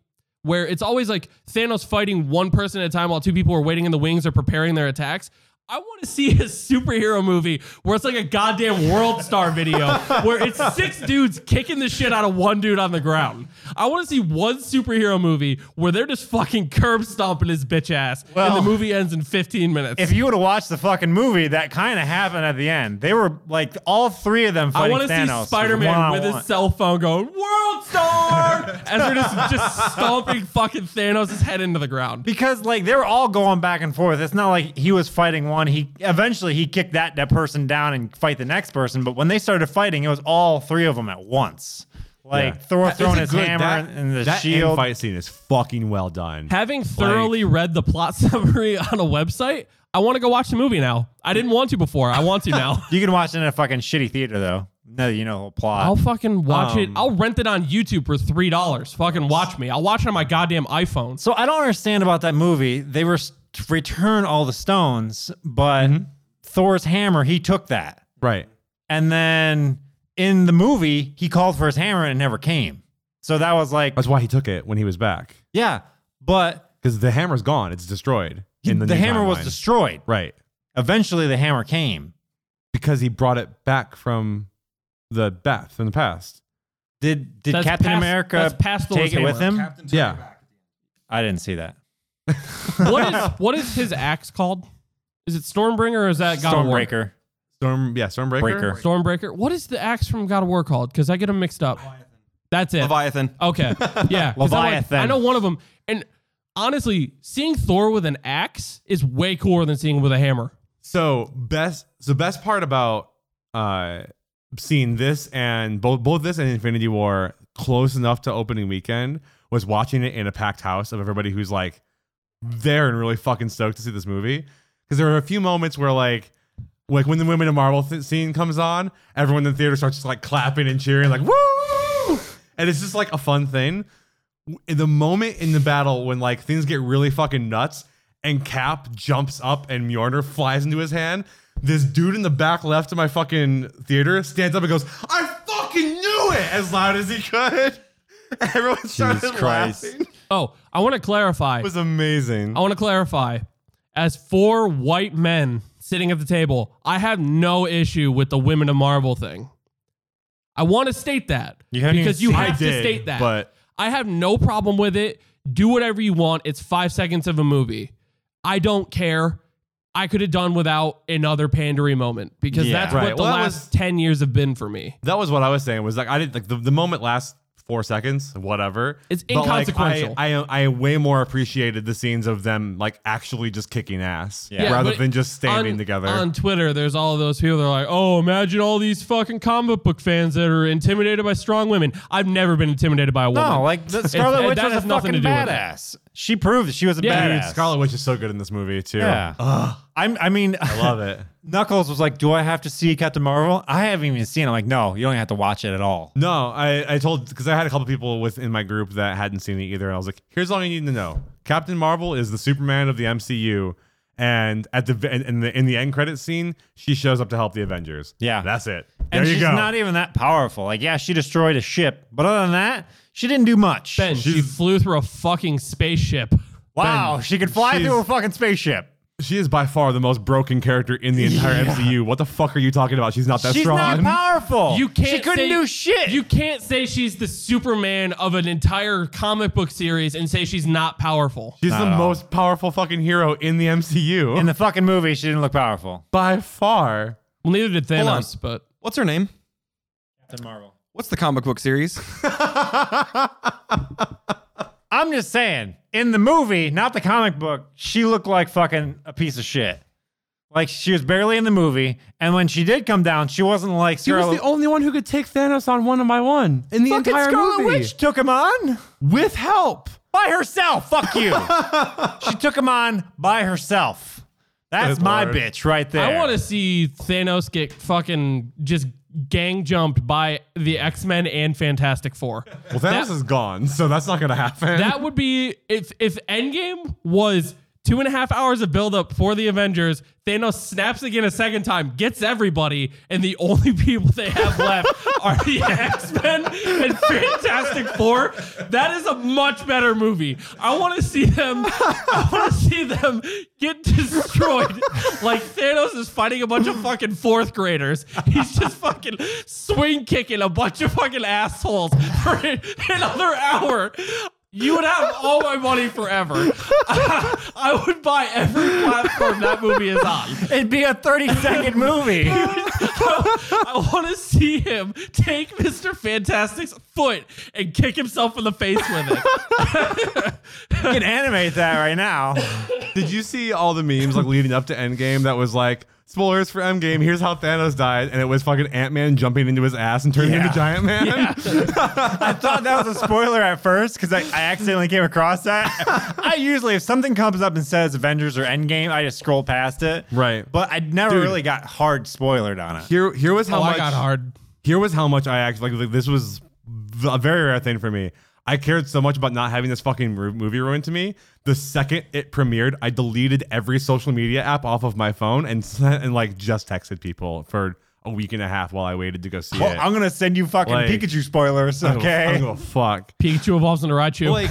Speaker 4: Where it's always like Thanos fighting one person at a time while two people are waiting in the wings or preparing their attacks. I want to [LAUGHS] see a superhero movie where it's like a goddamn World Star
Speaker 2: [LAUGHS]
Speaker 4: video where it's six dudes kicking the shit out of one dude on the ground. I want to see one superhero movie where they're just fucking curb stomping his bitch ass and
Speaker 2: Well,
Speaker 4: the movie ends in 15 minutes.
Speaker 2: If you would have watched the fucking movie, that kind of happened at the end. They were like all three of them
Speaker 4: I
Speaker 2: fighting
Speaker 4: want to
Speaker 2: Thanos
Speaker 4: see Spider-Man with
Speaker 2: one-on-one.
Speaker 4: his cell phone going "World
Speaker 2: [LAUGHS]
Speaker 4: Star" as they're just just stomping fucking Thanos' head into the ground.
Speaker 2: because like they were all going back and forth. It's not like he was fighting one. He eventually he kicked that that person down and fight the next person. But when they started fighting, it was all three of them at once. Like
Speaker 3: Yeah.
Speaker 2: Thor
Speaker 3: It's
Speaker 2: throwing
Speaker 3: a
Speaker 2: his
Speaker 3: good-
Speaker 2: hammer
Speaker 3: that-
Speaker 2: and the
Speaker 3: that end
Speaker 2: shield.
Speaker 3: fight scene is fucking well done.
Speaker 4: Having thoroughly read the plot [LAUGHS] summary on a website, I want to go watch the movie now. I didn't want to before. I want to now.
Speaker 2: You can watch it in a fucking shitty theater though. No, you know the whole
Speaker 4: [LAUGHS]
Speaker 2: plot.
Speaker 4: I'll fucking watch it.
Speaker 3: Um,
Speaker 4: I'll rent it on YouTube for three dollars. Fucking watch me. I'll watch it on my goddamn iPhone.
Speaker 2: So I don't understand about that movie. They were return all the stones, but
Speaker 4: Mm-hmm.
Speaker 2: Thor's hammer, he took that.
Speaker 3: right.
Speaker 2: And then in the movie, he called for his hammer and it never came. So that was like,
Speaker 3: That's why he took it when he was back.
Speaker 2: yeah, but
Speaker 3: Because the hammer's gone. It's destroyed.
Speaker 2: he-
Speaker 3: in
Speaker 2: the,
Speaker 3: the new
Speaker 2: hammer was
Speaker 3: timeline.
Speaker 2: destroyed.
Speaker 3: Right.
Speaker 2: Eventually, the hammer came.
Speaker 3: Because he brought it back from the bat from the past.
Speaker 2: Did did
Speaker 4: That's
Speaker 2: Captain
Speaker 4: past- that's
Speaker 2: America
Speaker 4: past Thor's
Speaker 2: take it with
Speaker 4: hammer.
Speaker 2: him?
Speaker 5: Captain took
Speaker 3: Yeah.
Speaker 5: it back.
Speaker 2: I didn't see that.
Speaker 4: What [LAUGHS] is what is his axe called? Is it Stormbringer or is that God of War?
Speaker 2: Stormbreaker.
Speaker 3: Storm yeah, Stormbreaker.
Speaker 2: Breaker.
Speaker 4: Stormbreaker. What is the axe from God of War called? Because I get them mixed up. That's it.
Speaker 1: Leviathan.
Speaker 4: [LAUGHS] Okay. Yeah. 'cause I'm like,
Speaker 2: Leviathan.
Speaker 4: I know one of them. And honestly, seeing Thor with an axe is way cooler than seeing him with a hammer.
Speaker 3: So best so best part about uh seeing this and both both this and Infinity War close enough to opening weekend was watching it in a packed house of everybody who's like there and really fucking stoked to see this movie because there were a few moments where like like when the Women in Marvel th- scene comes on, everyone in the theater starts just like clapping and cheering like woo, and it's just like a fun thing. W- The moment in the battle when like things get really fucking nuts and Cap jumps up and Mjolnir flies into his hand, this dude in the back left of my fucking theater stands up and goes, "I fucking knew it!" as loud as he could. [LAUGHS] Everyone started
Speaker 2: Christ.
Speaker 3: laughing. It
Speaker 4: Oh, I want to clarify.
Speaker 3: was amazing.
Speaker 4: I want to clarify. As four white men sitting at the table, I have no issue with the women of Marvel thing. I want to state that
Speaker 2: You haven't
Speaker 4: because
Speaker 2: even
Speaker 4: you
Speaker 2: seen
Speaker 4: have
Speaker 3: it. I
Speaker 4: to
Speaker 3: did,
Speaker 4: state that.
Speaker 3: but-
Speaker 4: I have no problem with it. Do whatever you want. It's five seconds of a movie. I don't care. I could have done without another pandery moment because
Speaker 2: Yeah.
Speaker 4: that's
Speaker 3: Right.
Speaker 4: what the
Speaker 3: Well, that
Speaker 4: last
Speaker 3: was-
Speaker 4: ten years have been for me.
Speaker 3: That was what I was saying. Was like I did like the, the moment lasts four seconds, whatever.
Speaker 4: It's
Speaker 3: But, like,
Speaker 4: inconsequential.
Speaker 3: I, I I way more appreciated the scenes of them like actually just kicking ass
Speaker 2: Yeah.
Speaker 3: rather
Speaker 4: but
Speaker 3: than just standing
Speaker 4: on-
Speaker 3: together.
Speaker 4: On Twitter, there's all of those people that are like, oh, imagine all these fucking comic book fans that are intimidated by strong women. I've never been intimidated by a woman.
Speaker 2: No, like the
Speaker 4: [LAUGHS]
Speaker 2: Scarlet
Speaker 4: it-
Speaker 2: Witch
Speaker 4: that
Speaker 2: was a
Speaker 4: has nothing to
Speaker 2: fucking
Speaker 4: do with it.
Speaker 2: badass. She proved she was a
Speaker 4: Yeah.
Speaker 3: Dude,
Speaker 2: badass.
Speaker 3: Scarlet Witch is so good in this movie too.
Speaker 2: Yeah. I'm, I mean,
Speaker 3: I love it.
Speaker 2: [LAUGHS] Knuckles was like, "Do I have to see Captain Marvel?" I haven't even seen. it. I'm like, "No, you don't have to watch it at all."
Speaker 3: No, I, I told because I had a couple people within my group that hadn't seen it either, and I was like, "Here's all you need to know: Captain Marvel is the Superman of the MCU, and at the v- in in the in the end credit scene, she shows up to help the Avengers.
Speaker 2: Yeah.
Speaker 3: that's it. There
Speaker 2: And
Speaker 3: you
Speaker 2: she's
Speaker 3: go.
Speaker 2: not e-, even that powerful. Like, yeah, she destroyed a ship, but other than that, she didn't do much.
Speaker 4: ben, she
Speaker 3: she's-
Speaker 4: flew through a fucking spaceship.
Speaker 2: wow, she could fly
Speaker 3: she's-
Speaker 2: through a fucking spaceship.
Speaker 3: She is by far the most broken character in the entire MCU. What the fuck are you talking about? She's not that
Speaker 2: she's
Speaker 3: strong.
Speaker 2: not powerful.
Speaker 4: You can't.
Speaker 2: She couldn't
Speaker 4: say-
Speaker 2: do shit.
Speaker 4: You can't say she's the Superman of an entire comic book series and say she's not powerful.
Speaker 3: She's
Speaker 2: Not
Speaker 3: the
Speaker 2: at all.
Speaker 3: most powerful fucking hero in the MCU
Speaker 2: in the fucking movie, she didn't look powerful.
Speaker 3: by far.
Speaker 4: Well, neither did
Speaker 1: Hold on.
Speaker 4: Thanos, but
Speaker 1: What's her name?
Speaker 2: Captain Marvel.
Speaker 1: What's the comic book series?
Speaker 2: I'm just saying, in the movie, not the comic book, she looked like fucking a piece of shit. Like she was barely in the movie, and when she did come down, she wasn't like Scarlet.
Speaker 3: only one who could take Thanos on one by one in the
Speaker 2: fucking Scarlet Witch took him on.
Speaker 3: with help.
Speaker 2: by herself.
Speaker 3: [LAUGHS]
Speaker 2: Fuck you. she took him on by herself. That's
Speaker 3: Good
Speaker 2: my
Speaker 3: lord.
Speaker 2: bitch right there.
Speaker 4: I want to see Thanos get fucking just gang jumped by the X Men and Fantastic Four.
Speaker 3: [LAUGHS] Well, Thanos is gone, so that's not gonna happen.
Speaker 4: That would be if if Endgame was Two and a half hours of buildup for the Avengers. Thanos snaps again a second time, gets everybody, and the only [LAUGHS] people they have left are the [LAUGHS] X Men and Fantastic Four. That is a much better movie. I want to see them. I want to see them get destroyed. Like Thanos is fighting a bunch of fucking fourth graders. He's just fucking swing kicking a bunch of fucking assholes for [LAUGHS] another hour. You would have all my money forever. [LAUGHS] I, would buy every platform that movie is on.
Speaker 2: It'd be a 30
Speaker 3: [LAUGHS]
Speaker 2: second movie.
Speaker 4: I want to see him take Mr. Fantastic's foot and kick himself in the face with it.
Speaker 2: You can animate that right now.
Speaker 3: Did you see all the memes like leading up to Endgame that was like spoilers for Endgame? Here's how Thanos died, and it was fucking Ant Man jumping into his ass and turning
Speaker 2: Yeah.
Speaker 3: into Giant
Speaker 4: [LAUGHS]
Speaker 3: Man.
Speaker 2: I thought that was a spoiler at first because I, I accidentally came across that. I usually, if something comes up and says Avengers or Endgame, I just scroll past it.
Speaker 3: Right.
Speaker 2: But I never
Speaker 3: Dude.
Speaker 2: really got hard spoilered on it.
Speaker 3: Here, here was how
Speaker 4: Oh,
Speaker 3: much
Speaker 4: I got hard.
Speaker 3: here was how much I actually like. This was a very rare thing for me. I cared so much about not having this fucking ru- movie ruined to me. The second it premiered, I deleted every social media app off of my phone and sent, and like just texted people for a week and a half while I waited to go see
Speaker 2: Well,
Speaker 3: it.
Speaker 2: I'm gonna send you fucking
Speaker 3: Like-
Speaker 2: Pikachu
Speaker 3: [LAUGHS]
Speaker 2: spoilers,
Speaker 3: I don't give a-
Speaker 2: okay?
Speaker 3: I don't give a [LAUGHS] fuck.
Speaker 4: Pikachu evolves into Raichu.
Speaker 3: like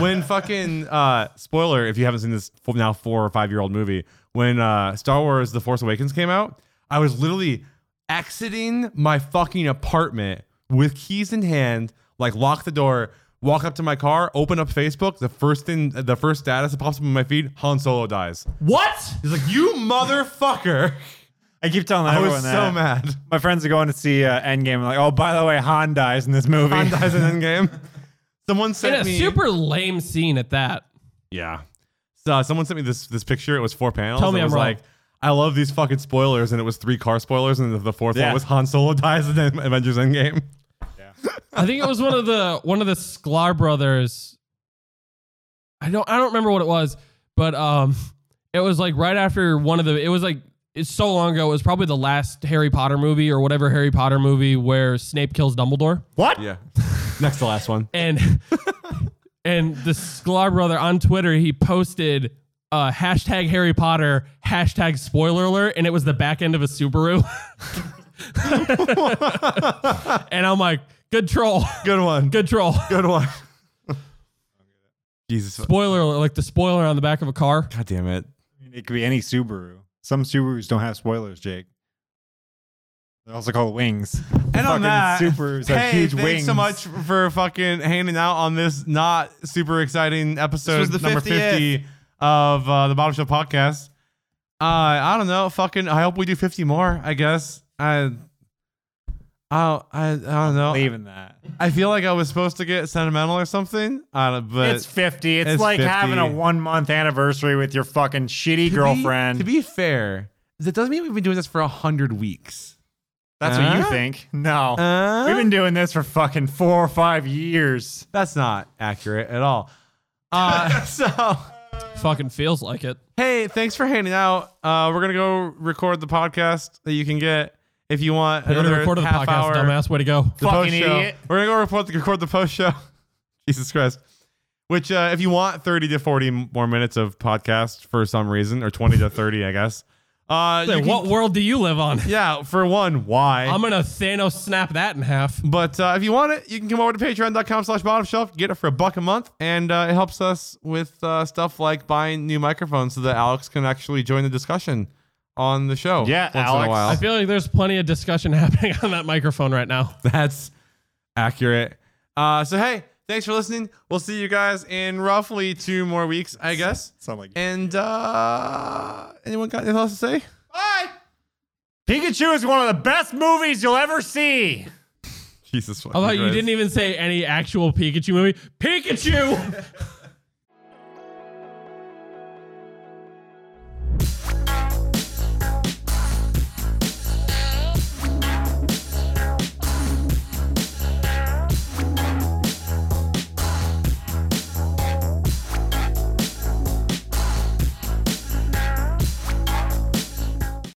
Speaker 3: when fucking uh spoiler if you haven't seen this f- now four or five year old movie when uh star wars the force awakens came out i was literally exiting my fucking apartment with keys in hand like lock the door walk up to my car open up facebook the first thing the first status that pops up on my feed han solo dies
Speaker 4: what?
Speaker 3: he's like you motherfucker
Speaker 2: I keep telling
Speaker 3: i
Speaker 2: everyone
Speaker 3: was
Speaker 2: that.
Speaker 3: so mad
Speaker 2: My friends are going to see uh, Endgame. Like, oh, by the way, Han dies in this movie.
Speaker 3: han dies [LAUGHS]
Speaker 2: [LAUGHS]
Speaker 3: in endgame someone
Speaker 4: In
Speaker 3: sent
Speaker 4: a
Speaker 3: me
Speaker 4: super lame scene at that.
Speaker 3: Yeah. So uh, someone sent me this this picture. It was four panels.
Speaker 4: Tell me
Speaker 3: it
Speaker 4: I'm
Speaker 3: was
Speaker 4: wrong.
Speaker 3: like, I love these fucking spoilers, and it was three car spoilers, and the, the fourth
Speaker 2: Yeah.
Speaker 3: one was Han Solo dies in [LAUGHS] Avengers Endgame.
Speaker 4: I think it was one of the one of the Sklar brothers. I don't I don't remember what it was, but um, it was like right after one of the. It was like it's so long ago. It was probably the last Harry Potter movie or whatever Harry Potter movie where Snape kills Dumbledore.
Speaker 2: what?
Speaker 3: [LAUGHS] Yeah. Next to last one.
Speaker 4: and and the Sklar brother on Twitter he posted uh, hashtag Harry Potter hashtag spoiler alert, and it was the back end of a Subaru. [LAUGHS] and I'm like, good troll,
Speaker 3: Good one.
Speaker 4: good troll.
Speaker 3: Good one. Jesus.
Speaker 4: Spoiler alert, like the spoiler on the back of a car.
Speaker 3: God damn it.
Speaker 2: It could be any Subaru. Some Subarus don't have spoilers, Jake. They're also called wings.
Speaker 3: And
Speaker 2: Fucking
Speaker 3: on that,
Speaker 2: Subarus have
Speaker 3: hey,
Speaker 2: huge
Speaker 3: thanks
Speaker 2: wings.
Speaker 3: so much for fucking hanging out on this not super exciting episode
Speaker 5: This was the
Speaker 3: number
Speaker 5: 50th.
Speaker 3: 50 of uh, the Bottom Shelf Podcast. Uh, I don't know. Fucking, I hope we do 50 more, I guess. I, I, I, I don't know.
Speaker 2: Leaving that.
Speaker 3: I feel like I was supposed to get sentimental or something. I don't, but
Speaker 2: it's 50. It's,
Speaker 3: it's
Speaker 2: like having a
Speaker 3: 50.
Speaker 2: one month anniversary with your fucking shitty
Speaker 3: to be-
Speaker 2: girlfriend.
Speaker 3: to be fair, that doesn't mean we've been doing this for 100 weeks.
Speaker 2: That's what
Speaker 3: Huh?
Speaker 2: you think. No.
Speaker 3: Uh,
Speaker 2: We've been doing this for fucking four or five years.
Speaker 3: [LAUGHS] That's not accurate at all. Uh, [LAUGHS] so.
Speaker 4: Fucking feels like it.
Speaker 3: hey, thanks for hanging out. Uh, we're gonna go record the podcast that you can get if you want
Speaker 4: We're
Speaker 3: another
Speaker 4: gonna record the
Speaker 3: half
Speaker 4: podcast,
Speaker 3: hour.
Speaker 4: dumbass. Way to go.
Speaker 3: The post
Speaker 2: Fucking
Speaker 3: show.
Speaker 2: idiot.
Speaker 3: We're gonna go record the, record the post show. [LAUGHS] Jesus Christ. Which, uh, if you want 30 to 40 more minutes of podcast for some reason, or 20 to 30, I guess. Uh, you can-
Speaker 4: what world do you live on? [LAUGHS]
Speaker 3: yeah, for one, why?
Speaker 4: I'm gonna Thanos snap that in half.
Speaker 3: But uh, if you want it, you can come over to patreon.com slash bottom shelf, get it for a buck a month, and uh, it helps us with uh, stuff like buying new microphones so that Alex can actually join the discussion on the show.
Speaker 2: Yeah,
Speaker 3: once in
Speaker 2: Alex.
Speaker 3: a while.
Speaker 4: I feel like there's plenty of discussion [LAUGHS] happening on that microphone right now.
Speaker 3: [LAUGHS] That's accurate. Uh, so, hey, thanks for listening. We'll see you guys in roughly two more weeks, I guess.
Speaker 2: Sound like
Speaker 3: And uh, anyone got anything else to say?
Speaker 2: Pikachu is one of the best movies you'll ever see.
Speaker 3: Jesus.
Speaker 4: I thought you didn't even say any actual Pikachu movie. Pikachu!